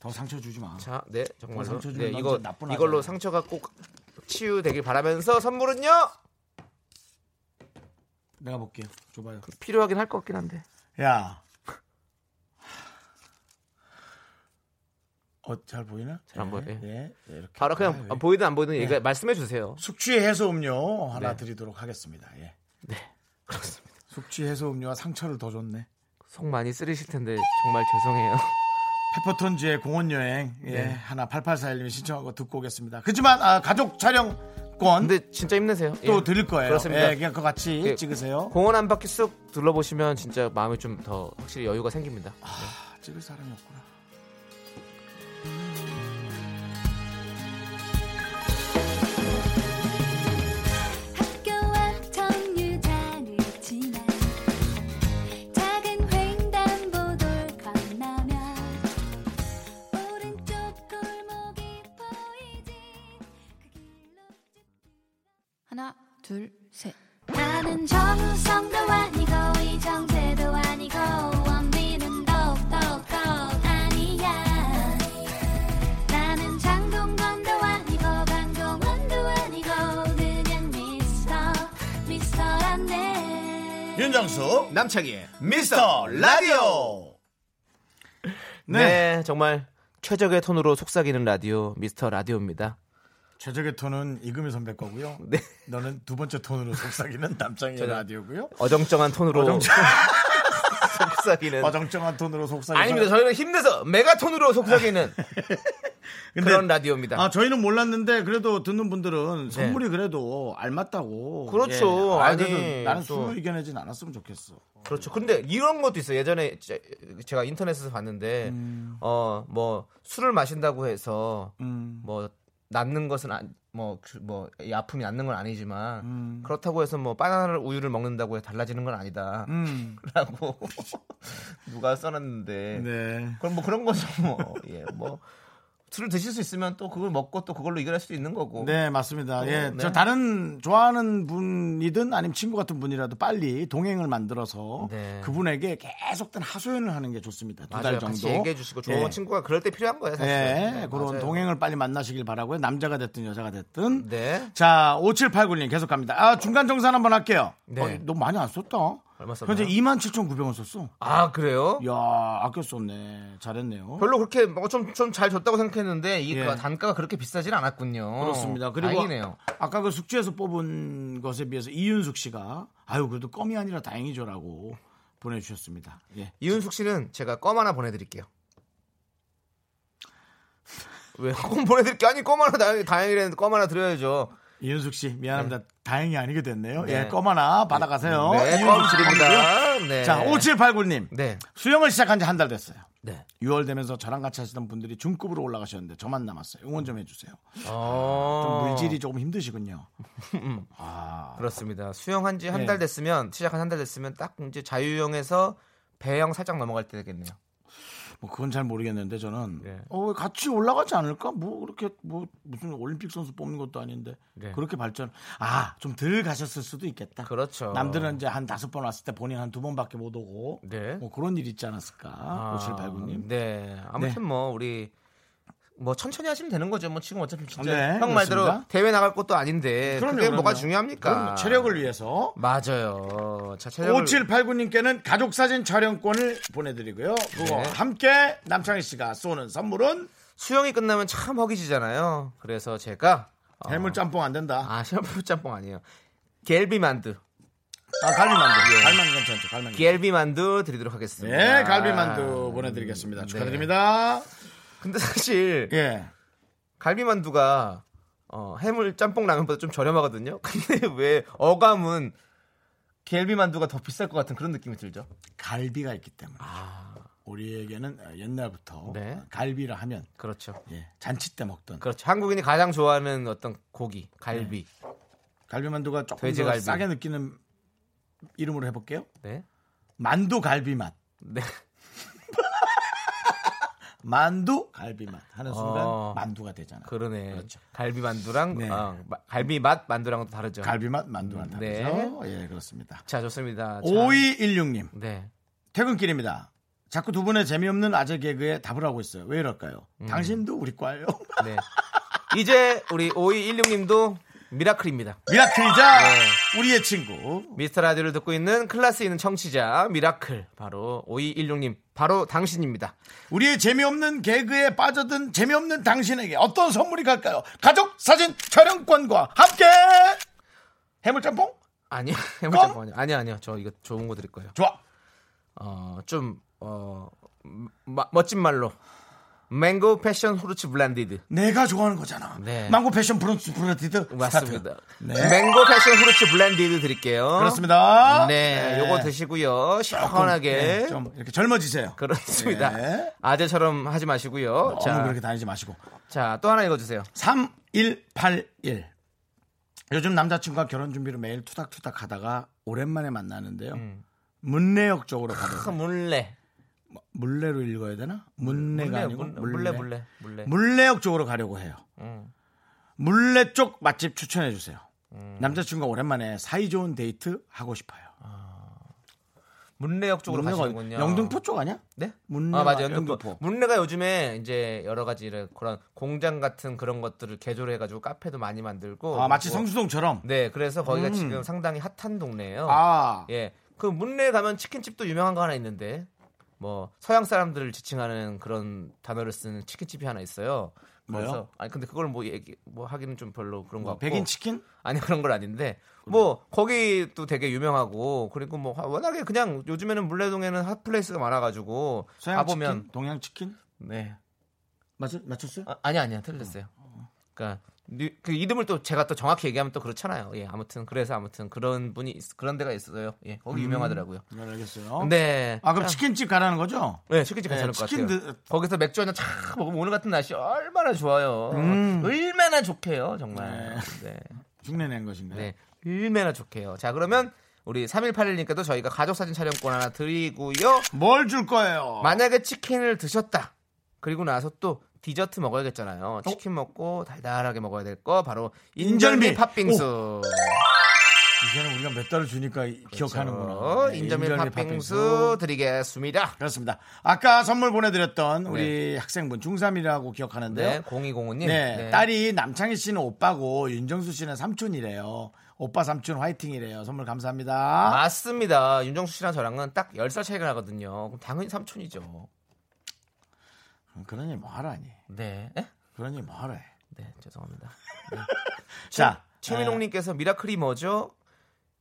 Speaker 1: 더 상처 주지 마.
Speaker 2: 자, 네, 정말로
Speaker 1: 어, 상처 주면
Speaker 2: 네,
Speaker 1: 난
Speaker 2: 이거
Speaker 1: 진짜 나쁜
Speaker 2: 이걸로
Speaker 1: 아이야.
Speaker 2: 상처가 꼭 치유되길 바라면서 선물은요
Speaker 1: 내가 볼게요. 줘봐요.
Speaker 2: 필요하긴 할 것 같긴 그 한데.
Speaker 1: 야. 어, 잘 보이나?
Speaker 2: 잘안
Speaker 1: 예,
Speaker 2: 보여요.
Speaker 1: 예, 예, 이렇게.
Speaker 2: 바로 그냥
Speaker 1: 아, 예.
Speaker 2: 보이든 안 보이든 얘기 말씀해 주세요.
Speaker 1: 숙취 해소 음료 하나
Speaker 2: 네.
Speaker 1: 드리도록 하겠습니다. 예.
Speaker 2: 그렇습니다.
Speaker 1: 숙취 해소 음료와 상처를 더 줬네.
Speaker 2: 속 많이 쓰리실 텐데 정말 죄송해요. *laughs*
Speaker 1: 페퍼톤즈의 공원 여행 예,
Speaker 2: 네.
Speaker 1: 하나 8841님이 신청하고 듣고 오겠습니다. 그렇지만 아, 가족 촬영권
Speaker 2: 근데 진짜 힘내세요.
Speaker 1: 또
Speaker 2: 예.
Speaker 1: 드릴 거예요.
Speaker 2: 그렇습니다.
Speaker 1: 예, 그냥 그거 같이
Speaker 2: 예.
Speaker 1: 찍으세요.
Speaker 2: 공원 한 바퀴 쑥 둘러보시면 진짜 마음이 좀 더 확실히 여유가 생깁니다.
Speaker 1: 아, 찍을 사람이 없구나.
Speaker 5: 학교와 정류 다르지만 작은 횡단보도를 건너면 오른쪽 골목이 보이지 그 길로 쭉
Speaker 8: 하나, 둘, 셋.
Speaker 5: 나는 정우성도 아니고 이정재도 아니고 원빈은 더욱더 아니야 나는 장동건도 아니고 강동원도 아니고 그냥 미스터 미스터란데
Speaker 1: 윤정수 남창희의 미스터 라디오
Speaker 2: 네. 정말 최적의 톤으로 속삭이는 라디오 미스터 라디오입니다.
Speaker 1: 최적의 톤은 이금희 선배 거고요.
Speaker 2: 네.
Speaker 1: 너는 두 번째 톤으로 속삭이는 남창희의
Speaker 2: 저는-
Speaker 1: 라디오고요.
Speaker 2: 어정쩡한 톤으로
Speaker 1: 어정쩡-
Speaker 2: *laughs* 속삭이는.
Speaker 1: 어정쩡한 톤으로 속삭이는
Speaker 2: 네. 아닙니다. 저희는 힘내서 메가톤으로 속삭이는
Speaker 1: *laughs* 근데-
Speaker 2: 그런 라디오입니다. 네.
Speaker 1: 아, 저희는 몰랐는데 그래도 듣는 분들은 선물이 그래도 알맞다고.
Speaker 2: 그렇죠.
Speaker 1: 아,
Speaker 2: 아니,
Speaker 1: 그래도 나는
Speaker 2: 또-
Speaker 1: 술로 이겨내진 않았으면 좋겠어.
Speaker 2: 그렇죠. 근데 이런 것도 있어요. 예전에 제- 제가 인터넷에서 봤는데
Speaker 1: 음.
Speaker 2: 어 뭐 술을 마신다고 해서
Speaker 1: 음.
Speaker 2: 뭐 낫는 것은 안- 뭐, 그- 뭐, 이 아픔이 낫는 건 아니지만,
Speaker 1: 음.
Speaker 2: 그렇다고 해서 뭐, 바나나를 우유를 먹는다고 해서 달라지는 건 아니다. *laughs* 라고, 누가 써놨는데,
Speaker 1: 음. 네.
Speaker 2: 그럼 뭐 그런 거죠 뭐. *laughs* 예, 뭐 술을 드실 수 있으면 또 그걸 먹고 또 그걸로 이겨낼 수도 있는 거고.
Speaker 1: 네, 맞습니다. 예.
Speaker 2: 네.
Speaker 1: 저 다른 좋아하는 분이든 아니면 친구 같은 분이라도 빨리 동행을 만들어서
Speaker 2: 네.
Speaker 1: 그분에게 계속된 하소연을 하는 게 좋습니다. 두
Speaker 2: 맞아요.
Speaker 1: 달
Speaker 2: 같이
Speaker 1: 정도.
Speaker 2: 얘기해 주시고 좋은
Speaker 1: 예.
Speaker 2: 친구가 그럴 때 필요한 거예요, 사실. 네,
Speaker 1: 예, 그런
Speaker 2: 을
Speaker 1: 동행을 빨리 만나시길 바라고요. 남자가 됐든 여자가 됐든.
Speaker 2: 네.
Speaker 1: 자, 5789님 계속 갑니다. 아, 중간 정산 한번 할게요.
Speaker 2: 네.
Speaker 1: 어, 너무 많이 안 썼다.
Speaker 2: 얼마 썼나요?
Speaker 1: 현재 27,900원 썼어.
Speaker 2: 아, 그래요?
Speaker 1: 야, 아껴 썼네. 잘했네요.
Speaker 2: 별로 그렇게 뭐좀좀 잘 줬다고 생각했는데 이
Speaker 1: 예.
Speaker 2: 가- 단가가 그렇게 비싸진 않았군요.
Speaker 1: 어, 그렇습니다. 그리고
Speaker 2: 다행이네요.
Speaker 1: 아까 그 숙제에서 뽑은 것에 비해서 이윤숙 씨가 아유 그래도 껌이 아니라 다행이죠라고 보내주셨습니다. 예.
Speaker 2: 이윤숙 씨는 제가 껌 하나 보내드릴게요. 왜 껌 보내드릴 게 아니 껌 하나 다행, 다행이라는데 껌 하나 드려야죠.
Speaker 1: 이윤숙 씨 미안합니다. 다행이 아니게 됐네요.
Speaker 2: 네.
Speaker 1: 예, 껌 하나 받아가세요.
Speaker 2: 네,
Speaker 1: 어? 이윤숙
Speaker 2: 껌
Speaker 1: 씨
Speaker 2: 드립니다.
Speaker 1: 껌이고요.
Speaker 2: 네.
Speaker 1: 자, 5789님
Speaker 2: 네,
Speaker 1: 수영을 시작한 지 한 달 됐어요.
Speaker 2: 네.
Speaker 1: 6월 되면서 저랑 같이 하시던 분들이 중급으로 올라가셨는데 저만 남았어요. 응원 좀 해주세요.
Speaker 2: 어...
Speaker 1: 좀 물질이 조금 힘드시군요.
Speaker 2: 그렇습니다. 수영한 지 한
Speaker 1: 네.
Speaker 2: 달 됐으면 시작한 한 달 됐으면 딱 이제 자유형에서 배영 살짝 넘어갈 때 되겠네요.
Speaker 1: 뭐 그건 잘 모르겠는데 저는
Speaker 2: 네.
Speaker 1: 어, 왜 같이 올라가지 않을까? 뭐 그렇게 뭐 무슨 올림픽 선수 뽑는 것도 아닌데
Speaker 2: 네.
Speaker 1: 그렇게 발전 아 좀 덜 가셨을 수도 있겠다.
Speaker 2: 그렇죠.
Speaker 1: 남들은 이제 한 다섯 번 왔을 때 본인 한 두 번밖에 못 오고
Speaker 2: 네. 아,
Speaker 1: 뭐 그런 일이 있지 않았을까? 아, 오실 발군님.
Speaker 2: 네. 아무튼
Speaker 1: 네.
Speaker 2: 뭐 우리 뭐 천천히 하시면 되는 거죠. 뭐 지금 어차피 진짜
Speaker 1: 네,
Speaker 2: 형 말대로
Speaker 1: 그렇습니다.
Speaker 2: 대회 나갈 것도 아닌데
Speaker 1: 그럼요,
Speaker 2: 그게 뭐가
Speaker 1: 그럼요.
Speaker 2: 중요합니까?
Speaker 1: 그럼 체력을 위해서
Speaker 2: 맞아요. 자, 그러니까. 체력을
Speaker 1: 5789님께는 가족 사진 촬영권을 보내드리고요. 그거
Speaker 2: 네.
Speaker 1: 함께 남창희 씨가 쏘는 선물은
Speaker 2: 수영이 끝나면 참 허기지잖아요. 그래서 제가 어,
Speaker 1: 해물 짬뽕 안 된다.
Speaker 2: 아, 해물 짬뽕 아니에요. 겔비 만두.
Speaker 1: 아, 갈비만두.
Speaker 2: 예.
Speaker 1: 갈만 괜찮죠. 갈만.
Speaker 2: 겔비 만두 드리도록 하겠습니다.
Speaker 1: 예, 갈비만두 보내드리겠습니다.
Speaker 2: 네.
Speaker 1: 축하드립니다.
Speaker 2: 근데 사실
Speaker 1: 예.
Speaker 2: 갈비만두가 어, 해물 짬뽕 라면보다 좀 저렴하거든요. *laughs* 근데 왜 어감은 갤비만두가 더 비쌀 것 같은 그런 느낌이 들죠?
Speaker 1: 갈비가 있기 때문에 우리에게는 옛날부터
Speaker 2: 네.
Speaker 1: 갈비를 하면
Speaker 2: 그렇죠.
Speaker 1: 예, 잔치 때 먹던
Speaker 2: 그렇죠. 한국인이 가장 좋아하는 어떤 고기, 갈비.
Speaker 1: 갈비만두가 조금
Speaker 2: 돼지
Speaker 1: 더
Speaker 2: 갈비.
Speaker 1: 싸게 느끼는 이름으로 해볼게요.
Speaker 2: 네.
Speaker 1: 만두 갈비 맛,
Speaker 2: 네.
Speaker 1: *laughs* 만두 갈비 맛 하는 순간
Speaker 2: 어.
Speaker 1: 만두가 되잖아요.
Speaker 2: 그러네.
Speaker 1: 그렇죠.
Speaker 2: 갈비만두랑
Speaker 1: 네.
Speaker 2: 어, 마- 갈비 맛 만두랑은 또 다르죠.
Speaker 1: 갈비 맛 만두 맛
Speaker 2: 네.
Speaker 1: 다르죠. 예, 그렇습니다.
Speaker 2: 자, 좋습니다. 자,
Speaker 1: 5216님
Speaker 2: 네.
Speaker 1: 퇴근길입니다. 자꾸 두 분의 재미없는 아재 개그에 답을 하고 있어요.
Speaker 2: 음.
Speaker 1: 왜 이럴까요? 당신도 우리 과예요.
Speaker 2: 네. 이제 우리 5216님도 미라클입니다.
Speaker 1: *laughs* 미라클이자
Speaker 2: 네.
Speaker 1: 우리의 친구.
Speaker 2: 미스터 라디오를 듣고 있는 클라스 있는 청취자 미라클 바로 5216님 바로 당신입니다.
Speaker 1: 우리의 재미없는 개그에 빠져든 재미없는 당신에게 어떤 선물이 갈까요? 가족 사진 촬영권과 함께 해물짬뽕
Speaker 2: 아니요 *laughs* 해물짬뽕 아니요 아니요 아니요 저 이거 좋은 거 드릴 거예요.
Speaker 1: 좋아.
Speaker 2: 어좀 어, 마- 멋진 말로 맹고 패션 후르츠 블렌디드
Speaker 1: 내가 좋아하는 거잖아.
Speaker 2: 네.
Speaker 1: 망고 패션 브런치 브라디드
Speaker 2: 맞습니다.
Speaker 1: 네.
Speaker 2: 맹고 패션 후르츠 블렌디드 드릴게요.
Speaker 1: 그렇습니다.
Speaker 2: 네, 요거 드시고요. 시원하게.
Speaker 1: 네, 좀 이렇게 젊어지세요.
Speaker 2: 그렇습니다.
Speaker 1: 네.
Speaker 2: 아재처럼 하지 마시고요.
Speaker 1: 너무
Speaker 2: 자,
Speaker 1: 그렇게 네. 다니지 마시고.
Speaker 2: 자, 또 하나 읽어주세요.
Speaker 1: 3181. 요즘 남자친구와 결혼 준비를 매일 투닥투닥 하다가 오랜만에 만나는데요. 문내역 쪽으로
Speaker 2: 음. 크,
Speaker 1: 가서
Speaker 2: 물레.
Speaker 1: 물레로 읽어야 되나? 문내가 아니고
Speaker 2: 물레, 물레, 물레.
Speaker 1: 물레역 쪽으로 가려고 해요.
Speaker 2: 음.
Speaker 1: 물레 쪽 맛집 추천해 주세요. 남자친구가 오랜만에 사이좋은 데이트 하고 싶어요.
Speaker 2: 물레역 아, 쪽으로
Speaker 1: 문내가
Speaker 2: 가시는군요.
Speaker 1: 영등포 쪽 아니야?
Speaker 2: 네?
Speaker 1: 문레가
Speaker 2: 아, 맞아요. 영등포.
Speaker 1: 영등포.
Speaker 2: 문레가 요즘에 이제 여러 가지 이런 그런 공장 같은 그런 것들을 개조를 해가지고 카페도 많이 만들고.
Speaker 1: 아, 마치
Speaker 2: 뭐-
Speaker 1: 성수동처럼. 음.
Speaker 2: 네, 그래서 거기가 지금 상당히 핫한 동네예요.
Speaker 1: 아,
Speaker 2: 예. 그 문내에 가면 치킨집도 유명한 거 하나 있는데 뭐 서양 사람들을 지칭하는 그런 단어를 쓰는 치킨집이 하나 있어요. 그래서
Speaker 1: 뭐요? 뭐
Speaker 2: 아니 근데 그걸 뭐 얘기 뭐 하기는 좀 별로 그런 거 같고.
Speaker 1: 백인 치킨?
Speaker 2: 아니 그런 건 아닌데 뭐 거기 또 되게 유명하고 그리고 뭐 워낙에 그냥 요즘에는 물레동에는 핫플레이스가 많아 가지고
Speaker 1: 서양
Speaker 2: 가 보면
Speaker 1: 치킨? 동양 치킨?
Speaker 2: 네.
Speaker 1: 맞, 맞췄어요?
Speaker 2: 아, 아니 아니야. 틀렸어요. 그러니까 뉴- 그 이름을 또 제가 또 정확히 얘기하면 또 그렇잖아요. 예. 아무튼 그래서 아무튼 그런 분이 있- 그런 데가 있어요. 예. 거기 유명하더라고요.
Speaker 1: 네, 알겠어요.
Speaker 2: 네.
Speaker 1: 아, 그럼 치킨집 가라는 거죠?
Speaker 2: 네, 치킨집
Speaker 1: 네,
Speaker 2: 괜찮을 것
Speaker 1: 치킨
Speaker 2: 같아요.
Speaker 1: 드-
Speaker 2: 거기서 맥주 한잔 촥 먹으면 오늘 같은 날씨 얼마나 좋아요.
Speaker 1: 음.
Speaker 2: 얼마나 좋게요, 정말. 네.
Speaker 1: 흉내 낸 것인가요?
Speaker 2: 네. 얼마나 좋게요. 자, 그러면 우리 3181님께도 저희가 가족사진 촬영권 하나 드리고요.
Speaker 1: 뭘 줄 거예요?
Speaker 2: 만약에 치킨을 드셨다. 그리고 나서 또 디저트 먹어야겠잖아요. 치킨 먹고 달달하게 먹어야 될 거 바로 인절미,
Speaker 1: 인절미.
Speaker 2: 팥빙수.
Speaker 1: 이제는 우리가 몇 달을 주니까 이- 기억하는구나.
Speaker 2: 그렇죠.
Speaker 1: 네,
Speaker 2: 인절미, 팥빙수, 드리겠습니다.
Speaker 1: 그렇습니다. 아까 선물 보내드렸던 우리 학생분 중3이라고 기억하는데요.
Speaker 2: 네, 0205님.
Speaker 1: 네, 딸이 남창희 씨는 오빠고 윤정수 씨는 삼촌이래요. 오빠 삼촌 화이팅이래요. 선물 감사합니다.
Speaker 2: 아, 맞습니다. 윤정수 씨랑 저랑은 딱 10살 차이가 나거든요. 그럼 당연히 삼촌이죠.
Speaker 1: 음, 그러니 뭐하라니.
Speaker 2: 네. 네?
Speaker 1: 그러니 뭐하래.
Speaker 2: 네, *laughs* 네. 죄송합니다.
Speaker 1: 자, 에,
Speaker 2: 최민홍님께서 미라클이 뭐죠?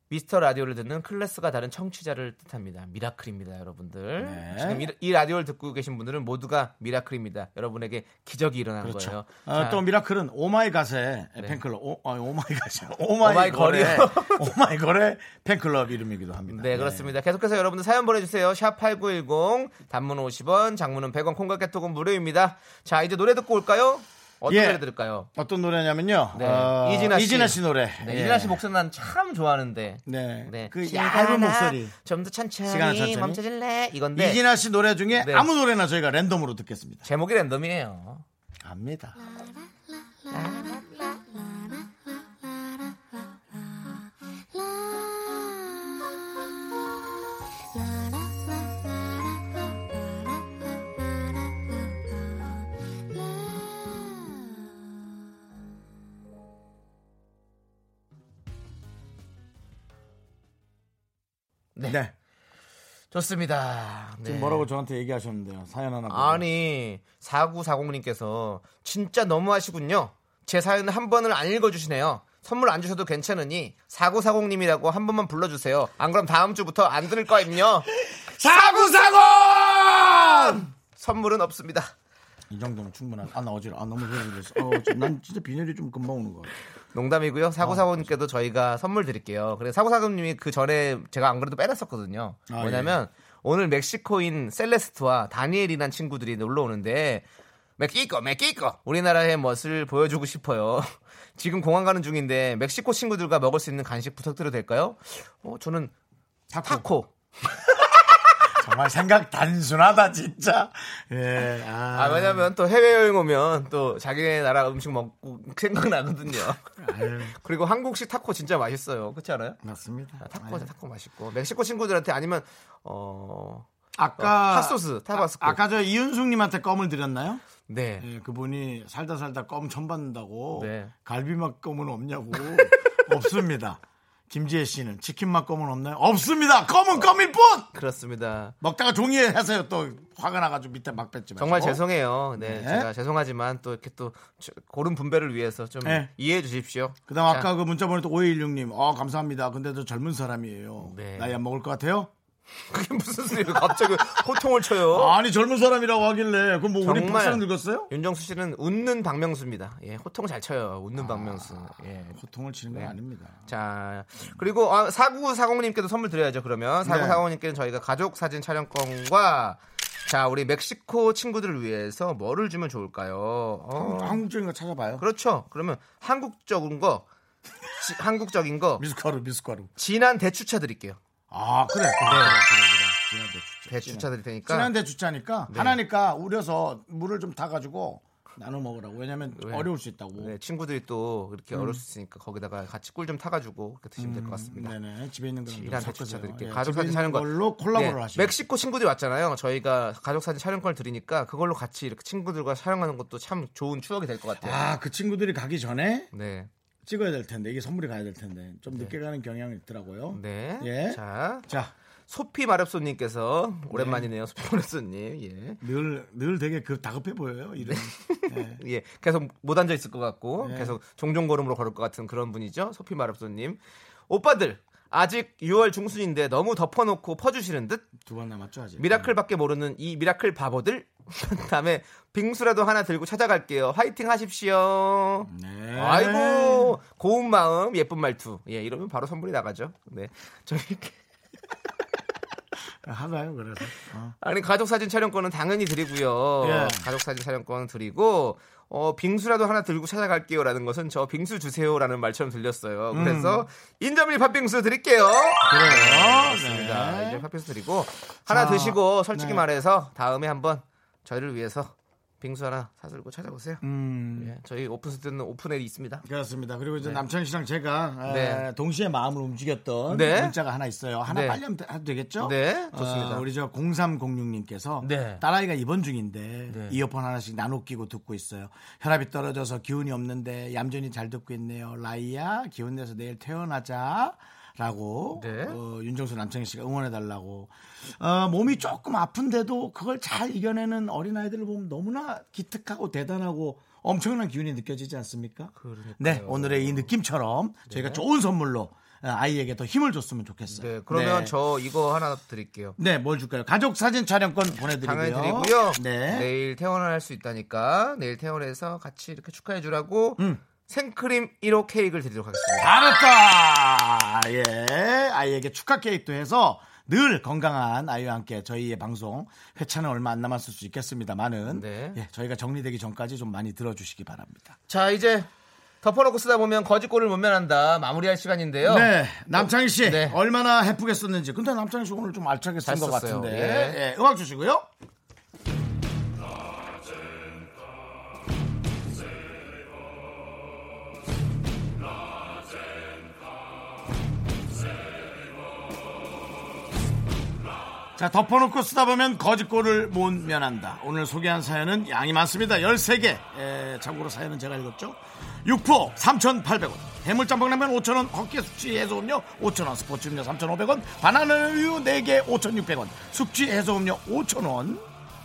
Speaker 2: 미스터 라디오를 듣는 클래스가 다른 청취자를 뜻합니다. 미라클입니다, 여러분들.
Speaker 1: 네.
Speaker 2: 지금 이, 이 라디오를 듣고 계신 분들은 모두가 미라클입니다. 여러분에게 기적이 일어난 거예요.
Speaker 1: 그렇죠.
Speaker 2: 자,
Speaker 1: 어, 또 미라클은 오마이 갓의
Speaker 2: 네.
Speaker 1: 팬클럽, 오, 아 오마이 갓이 오마이,
Speaker 2: 오마이
Speaker 1: 걸의
Speaker 2: 걸이요.
Speaker 1: 오마이 걸의 팬클럽 이름이기도 합니다.
Speaker 2: 네, 그렇습니다. 계속해서 여러분들 사연 보내주세요. 샵8910 단문 50원, 장문은 100원, 콩깍개톡은 무료입니다. 자, 이제 노래 듣고 올까요? 어떤
Speaker 1: 예.
Speaker 2: 노래 들을까요?
Speaker 1: 어떤 노래냐면요.
Speaker 2: 네.
Speaker 1: 어,
Speaker 2: 이진아 씨.
Speaker 1: 노래.
Speaker 2: 네,
Speaker 1: 예.
Speaker 2: 이진아 씨 목소리 난 참 좋아하는데.
Speaker 1: 네.
Speaker 2: 네.
Speaker 1: 그 얇은 목소리.
Speaker 2: 좀더 천천히,
Speaker 1: 시간을 천천히.
Speaker 2: 멈춰질래? 이건데.
Speaker 1: 이진아 씨 노래 중에
Speaker 2: 네.
Speaker 1: 아무 노래나 저희가 랜덤으로 듣겠습니다.
Speaker 2: 제목이 랜덤이에요.
Speaker 1: 갑니다. 네.
Speaker 2: 좋습니다. 네.
Speaker 1: 지금 뭐라고 저한테 얘기하셨는데요. 사연 하나. 보고.
Speaker 2: 아니 4940님께서 진짜 너무하시군요. 제 사연 한 번을 안 읽어주시네요. 선물 안 주셔도 괜찮으니 4940님이라고 한 번만 불러주세요. 안 그럼 다음 주부터 안 들을
Speaker 1: *laughs*
Speaker 2: 거임요.
Speaker 1: 사구사건!
Speaker 2: 선물은 없습니다.
Speaker 1: 이 정도면 충분한. 아, 나 어지러. 아, 너무 힘들었어. 어, 지금 난 진짜 비늘이 좀 금방 오는 거 같아.
Speaker 2: 농담이고요. 4940님께도 저희가 선물 드릴게요. 그래 4940님이 그 전에 제가 안 그래도 빼놨었거든요.
Speaker 1: 아,
Speaker 2: 뭐냐면 오늘 멕시코인 셀레스트와 다니엘이란 친구들이 놀러 오는데 멕시코 멕시코 우리나라의 멋을 보여주고 싶어요. *laughs* 지금 공항 가는 중인데 멕시코 친구들과 먹을 수 있는 간식 부탁드려도 될까요? 어, 저는 타코.
Speaker 1: 정말 생각 단순하다, 진짜. 예. 아,
Speaker 2: 아, 왜냐면 또 해외여행 오면 또 자기네 나라 음식 먹고 *laughs* 생각나거든요. 그리고 한국식 타코 진짜 맛있어요. 그렇지 않아요?
Speaker 1: 네. 맞습니다.
Speaker 2: 아, 타코 타코 맛있고 멕시코 친구들한테 아니면 어
Speaker 1: 아까
Speaker 2: 어, 핫소스, 타바스코.
Speaker 1: 아, 까저 이은숙님한테 껌을 드렸나요?
Speaker 2: 네.
Speaker 1: 예, 그분이 살다 살다 껌 처음 받는다고
Speaker 2: 네.
Speaker 1: 갈비맛 껌은 없냐고 *laughs* 없습니다. 김지혜 씨는 치킨맛 껌은 없나요? 없습니다. 껌은 껌일 뿐.
Speaker 2: 그렇습니다.
Speaker 1: 먹다가 종이에 해서요 또 화가 나가지고 밑에 막 뱉지 말고.
Speaker 2: 정말 죄송해요. 네,
Speaker 1: 네.
Speaker 2: 제가 죄송하지만 또 이렇게 또 주- 고른 분배를 위해서 좀
Speaker 1: 네.
Speaker 2: 이해해 주십시오.
Speaker 1: 그다음
Speaker 2: 자,
Speaker 1: 아까 그 문자 보냈던 5216님, 어 감사합니다. 근데 저 젊은 사람이에요.
Speaker 2: 네.
Speaker 1: 나이 안 먹을 것 같아요?
Speaker 2: 그게 무슨 소리예요? 갑자기 *laughs* 호통을 쳐요.
Speaker 1: 아니 젊은 사람이라고 하길래 그럼 뭐 우리
Speaker 2: 정말.
Speaker 1: 박사랑 늙었어요?
Speaker 2: 윤정수 씨는 웃는 박명수입니다. 예, 호통 잘 쳐요.
Speaker 1: 아.
Speaker 2: 웃는 박명수. 예.
Speaker 1: 고통을 치는 건 아닙니다.
Speaker 2: 자, 그리고 아, 4940님께도 선물 드려야죠. 그러면
Speaker 1: 네.
Speaker 2: 4940님께는 저희가 가족 사진 촬영권과 자, 우리 멕시코 친구들을 위해서 뭐를 주면 좋을까요? 어,
Speaker 1: 한국적인 거 찾아봐요.
Speaker 2: 그렇죠. 그러면 한국적인 거 지- 한국적인 거
Speaker 1: 미숫가루, 미숫가루.
Speaker 2: 진한 대추차 드릴게요.
Speaker 1: 아 그래, 그래, 그래, 그래, 그래. 지난대 주차.
Speaker 2: 대추차 드릴 테니까. 네.
Speaker 1: 지난대 주차니까 하나니까 우려서 물을 좀 타가지고 나눠 먹으라고. 왜냐면
Speaker 2: 왜?
Speaker 1: 어려울 수 있다고.
Speaker 2: 네, 친구들이 또 이렇게
Speaker 1: 음.
Speaker 2: 어려울 수 있으니까 거기다가 같이 꿀 좀 타가지고 그렇게 드시면 될 것 같습니다.
Speaker 1: 네네 집에 있는 거랑 좀
Speaker 2: 이란 대추차
Speaker 1: 섞어서
Speaker 2: 드릴게요.
Speaker 1: 예,
Speaker 2: 가족
Speaker 1: 집에
Speaker 2: 사진
Speaker 1: 있는
Speaker 2: 촬영권
Speaker 1: 걸로 콜라보를
Speaker 2: 네,
Speaker 1: 하시죠.
Speaker 2: 멕시코 친구들이 왔잖아요. 저희가 가족 사진 촬영권을 드리니까 그걸로 같이 이렇게 친구들과 촬영하는 것도 참 좋은 추억이 될 것 같아요.
Speaker 1: 아그 친구들이 가기 전에
Speaker 2: 네,
Speaker 1: 찍어야 될 텐데 이게 선물이 가야 될 텐데 좀 늦게 가는 경향이 있더라고요.
Speaker 2: 네.
Speaker 1: 예.
Speaker 2: 자,
Speaker 1: 자.
Speaker 2: 소피 마렵소님께서 오랜만이네요, 소피 마렵소님. 예.
Speaker 1: 늘 늘 되게 그 다급해 보여요 이름. 네.
Speaker 2: 예, 계속 못 앉아 있을 것 같고
Speaker 1: 네.
Speaker 2: 계속 종종 걸음으로 걸을 것 같은 그런 분이죠. 소피 마렵소님. 오빠들 아직 6월 중순인데 너무 덮어놓고 퍼주시는 듯
Speaker 1: 두번 남았죠 아직.
Speaker 2: 미라클밖에 모르는 이 미라클 바보들 *laughs* 다음에 빙수라도 하나 들고 찾아갈게요. 화이팅 하십시오.
Speaker 1: 네.
Speaker 2: 아이고 고운 마음 예쁜 말투 예 이러면 바로 선물이 나가죠. 네 저희
Speaker 1: 하나요 그래서. 어.
Speaker 2: 아니 가족 사진 촬영권은 당연히 드리고요.
Speaker 1: 예.
Speaker 2: 가족 사진 촬영권 드리고 어 빙수라도 하나 들고 찾아갈게요라는 것은 저 빙수 주세요라는 말처럼 들렸어요.
Speaker 1: 음.
Speaker 2: 그래서 인절미 팥빙수 드릴게요. 아,
Speaker 1: 그래요.
Speaker 2: 맞습니다.
Speaker 1: 네.
Speaker 2: 인절미 팥빙수 드리고 하나
Speaker 1: 자,
Speaker 2: 드시고 솔직히
Speaker 1: 네.
Speaker 2: 말해서 다음에 한번 저희를 위해서 빙수 하나 사들고 찾아오세요.
Speaker 1: 음.
Speaker 2: 예, 저희 오픈 스튜디오는 오픈에 있습니다.
Speaker 1: 그렇습니다. 그리고 이제 남창희 씨랑 제가 에,
Speaker 2: 네.
Speaker 1: 동시에 마음을 움직였던
Speaker 2: 네.
Speaker 1: 문자가 하나 있어요. 하나
Speaker 2: 네.
Speaker 1: 빨리 하면 되- 해도 되겠죠?
Speaker 2: 네, 좋습니다.
Speaker 1: 어, 우리 저 0306님께서
Speaker 2: 네.
Speaker 1: 딸아이가 입원 중인데 이어폰 하나씩 나눠 끼고 듣고 있어요. 혈압이 떨어져서 기운이 없는데 얌전히 잘 듣고 있네요. 라이야 기운 내서 내일 퇴원하자. 라고
Speaker 2: 네.
Speaker 1: 어, 윤정수 남창희 씨가 응원해 달라고 어, 몸이 조금 아픈데도 그걸 잘 이겨내는 어린 아이들을 보면 너무나 기특하고 대단하고 엄청난 기운이 느껴지지 않습니까? 네 오늘의 이 느낌처럼 저희가 좋은 선물로 어, 아이에게 더 힘을 줬으면 좋겠어요.
Speaker 2: 네, 그러면
Speaker 1: 네.
Speaker 2: 저 이거 하나 드릴게요.
Speaker 1: 네, 뭘 줄까요? 가족 사진 촬영권 보내드리고요.
Speaker 2: 당연히 드리고요.
Speaker 1: 네.
Speaker 2: 내일 퇴원을 할 수 있다니까 내일 퇴원해서 같이 이렇게 축하해 주라고 생크림 1호 케이크를 드리도록 하겠습니다.
Speaker 1: 알았다! 예. 아이에게 축하 케이크도 해서 늘 건강한 아이와 함께 저희의 방송 회차는 얼마 안 남았을 수 있겠습니다만은
Speaker 2: 네.
Speaker 1: 예, 저희가 정리되기 전까지 좀 많이 들어주시기 바랍니다.
Speaker 2: 자 이제 덮어놓고 쓰다 보면 거짓골을 못 면한다. 마무리할 시간인데요.
Speaker 1: 네, 남창희 씨
Speaker 2: 네.
Speaker 1: 얼마나 해프게 썼는지. 근데 남창희 씨 오늘 좀 알차게 쓴
Speaker 2: 잘
Speaker 1: 것
Speaker 2: 썼어요.
Speaker 1: 같은데.
Speaker 2: 예.
Speaker 1: 예, 음악 주시고요. 자, 덮어놓고 쓰다 보면 거짓골을 못 면한다. 오늘 소개한 사연은 양이 많습니다. 13개. 에, 참고로 사연은 제가 읽었죠. 육포 3,800원. 해물짬뽕라면 5,000원. 헛개 숙취 해소음료 5,000원. 스포츠 음료 3,500원. 바나나 우유 4개 5,600원. 숙취 해소음료 5,000원.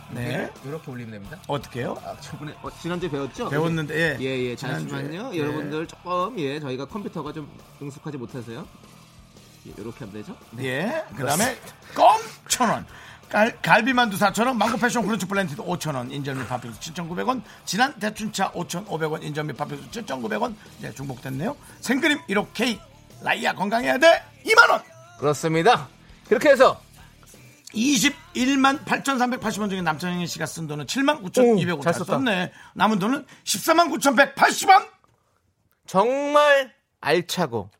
Speaker 1: 네.
Speaker 2: 이렇게 올리면 됩니다.
Speaker 1: 어떻게 해요?
Speaker 2: 저번에 어, 지난주에 배웠죠?
Speaker 1: 배웠는데, 예.
Speaker 2: 예예
Speaker 1: 지난주에,
Speaker 2: 잠시만요.
Speaker 1: 예.
Speaker 2: 여러분들 조금 예 저희가 컴퓨터가 좀 능숙하지 못해서요. 이렇게 하면 되죠?
Speaker 1: 예. 그 다음에 껌 1,000원. 갈, 갈비만두 4,000원, 망고 패션 프렌치 플랜티드 5,000원, 인절미 팥빙수 7,900원, 진한 대춘차 5,500원, 인절미 팥빙수 7,900원, 네, 중복됐네요. 생크림 1호 K, 라이야 건강해야 돼! 2만원!
Speaker 2: 그렇습니다. 그렇게 해서
Speaker 1: 21만 8,380원 중에 남창희 씨가 쓴 돈은 7만 9,200원.
Speaker 2: 잘
Speaker 1: 잘
Speaker 2: 썼다.
Speaker 1: 썼네. 남은 돈은 14만 9,180원!
Speaker 2: 정말 알차고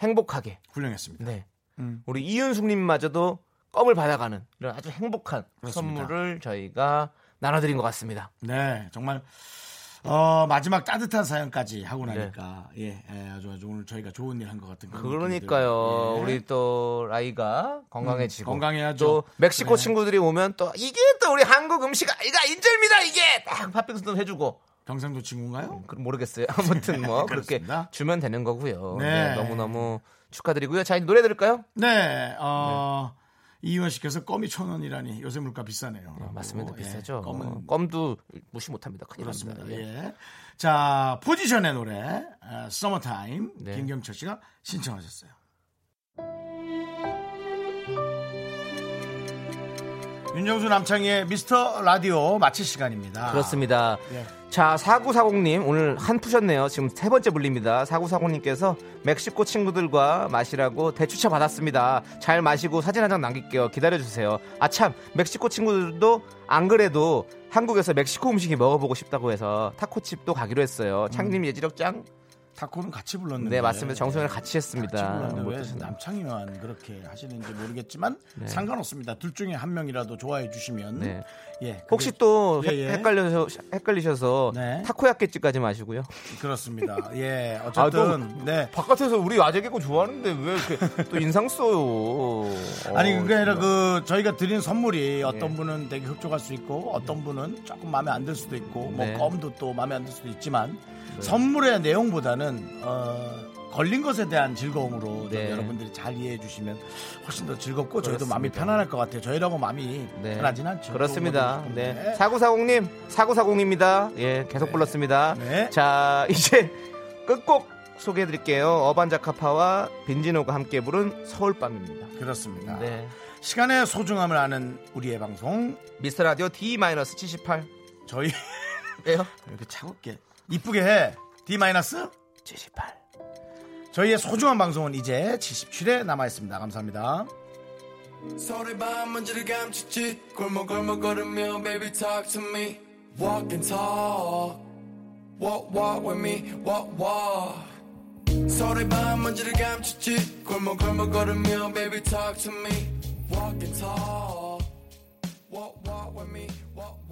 Speaker 2: 행복하게
Speaker 1: 훌륭했습니다.
Speaker 2: 네.
Speaker 1: 음.
Speaker 2: 우리 이윤숙님마저도 껌을 받아가는 이런 아주 행복한 선물을 저희가 나눠드린 것 같습니다.
Speaker 1: 네, 정말 어, 마지막 따뜻한 사연까지 하고
Speaker 2: 네.
Speaker 1: 나니까 예, 예, 아주 아주 오늘 저희가 좋은 일 한 것 같은 음, 그런
Speaker 2: 그러니까요.
Speaker 1: 느낌이 들어요. 예.
Speaker 2: 우리 또 라이가 건강해지고
Speaker 1: 음, 건강해야죠.
Speaker 2: 또 멕시코
Speaker 1: 네.
Speaker 2: 친구들이 오면 또 이게 또 우리 한국 음식 아이가 인절미다 이게 딱 팥빙수도 해주고
Speaker 1: 경상도 친구인가요?
Speaker 2: 그- 모르겠어요. *laughs* 아무튼
Speaker 1: *laughs*
Speaker 2: 뭐 그렇게
Speaker 1: 그렇습니다.
Speaker 2: 주면 되는 거고요.
Speaker 1: 네.
Speaker 2: 네, 너무너무 축하드리고요. 자, 이제 노래 들을까요?
Speaker 1: 네. 어, 이유원 씨께서 껌이 천 원이라니 요새 물가 비싸네요.
Speaker 2: 어, 네. 맞습니다.
Speaker 1: 예,
Speaker 2: 비싸죠.
Speaker 1: 껌은
Speaker 2: 껌도 무시 못합니다. 큰일
Speaker 1: 그렇습니다.
Speaker 2: 납니다. 예.
Speaker 1: 예. 자, 포지션의 노래 서머타임
Speaker 2: 네.
Speaker 1: 김경철 씨가 신청하셨어요. 윤정수 남창희의 미스터 라디오 마칠 시간입니다.
Speaker 2: 그렇습니다.
Speaker 1: 예.
Speaker 2: 자, 4940님, 오늘 한 푸셨네요. 지금 세 번째 불립니다. 4940님께서 멕시코 친구들과 마시라고 대추차 받았습니다. 잘 마시고 사진 한 장 남길게요. 기다려주세요. 아, 참, 멕시코 친구들도 안 그래도 한국에서 멕시코 음식이 먹어보고 싶다고 해서 타코집도 가기로
Speaker 1: 음.
Speaker 2: 했어요. 창님 예지력짱?
Speaker 1: 타코는 같이 불렀는데.
Speaker 2: 네, 맞습니다. 정성을
Speaker 1: 아,
Speaker 2: 같이
Speaker 1: 같이
Speaker 2: 했습니다. 음.
Speaker 1: 불렀는데
Speaker 2: 못
Speaker 1: 왜
Speaker 2: 드시나요?
Speaker 1: 남창희만 그렇게 하시는지 모르겠지만 상관없습니다. 둘 중에 한 명이라도 좋아해 주시면
Speaker 2: 네.
Speaker 1: 예 그게-
Speaker 2: 혹시 또
Speaker 1: 예, 예.
Speaker 2: 헷갈려서, 헷갈리셔서
Speaker 1: 네.
Speaker 2: 타코야끼집까지 마시고요.
Speaker 1: 그렇습니다. 예
Speaker 2: 아,
Speaker 1: 어쨌든
Speaker 2: 너무-
Speaker 1: 네
Speaker 2: 바깥에서 우리 아재 개그 좋아하는데 왜 이렇게 또 인상 써요? 어,
Speaker 1: *laughs* 아니 그게 아니라
Speaker 2: 정말. 예.
Speaker 1: 그 저희가 드린 선물이 어떤 분은 되게 흡족할 수 있고 어떤 분은 조금 마음에 안 들 수도 있고 뭐
Speaker 2: 네.
Speaker 1: 껌도 또 마음에 안 들 수도 있지만 선물의 내용보다는 어, 걸린 것에 대한 즐거움으로 좀
Speaker 2: 네.
Speaker 1: 여러분들이 잘 이해해 주시면 훨씬 더 즐겁고 저희도
Speaker 2: 그렇습니다.
Speaker 1: 마음이 편안할 것 같아요. 저희라고 마음이
Speaker 2: 네.
Speaker 1: 편하진 않죠. 뭐
Speaker 2: 그렇습니다.
Speaker 1: 좋은 거 드리고
Speaker 2: 네.
Speaker 1: 싶은데.
Speaker 2: 사구사공님, 사구사공입니다. 예, 계속 불렀습니다.
Speaker 1: 네.
Speaker 2: 자, *laughs* 이제 끝곡 소개해드릴게요. 어반자카파와 빈지노가 함께 부른 서울밤입니다.
Speaker 1: 그렇습니다.
Speaker 2: 네.
Speaker 1: 시간의 소중함을 아는 우리의 방송
Speaker 2: 미스터 라디오 D-78.
Speaker 1: 저희
Speaker 2: 예요?
Speaker 1: 이렇게 차갑게 이쁘게 해 D 마이너스
Speaker 2: 78.
Speaker 1: 저희의 소중한 방송은 이제 77회 남아 있습니다. 감사합니다.
Speaker 6: 서울의 밤 먼지를 감췄지 골목골목 걸으며 baby talk to me walk and talk walk walk with me walk walk 서울의 밤 먼지를 감췄지 골목골목 걸으며 baby talk to me walk and talk walk walk with me walk walk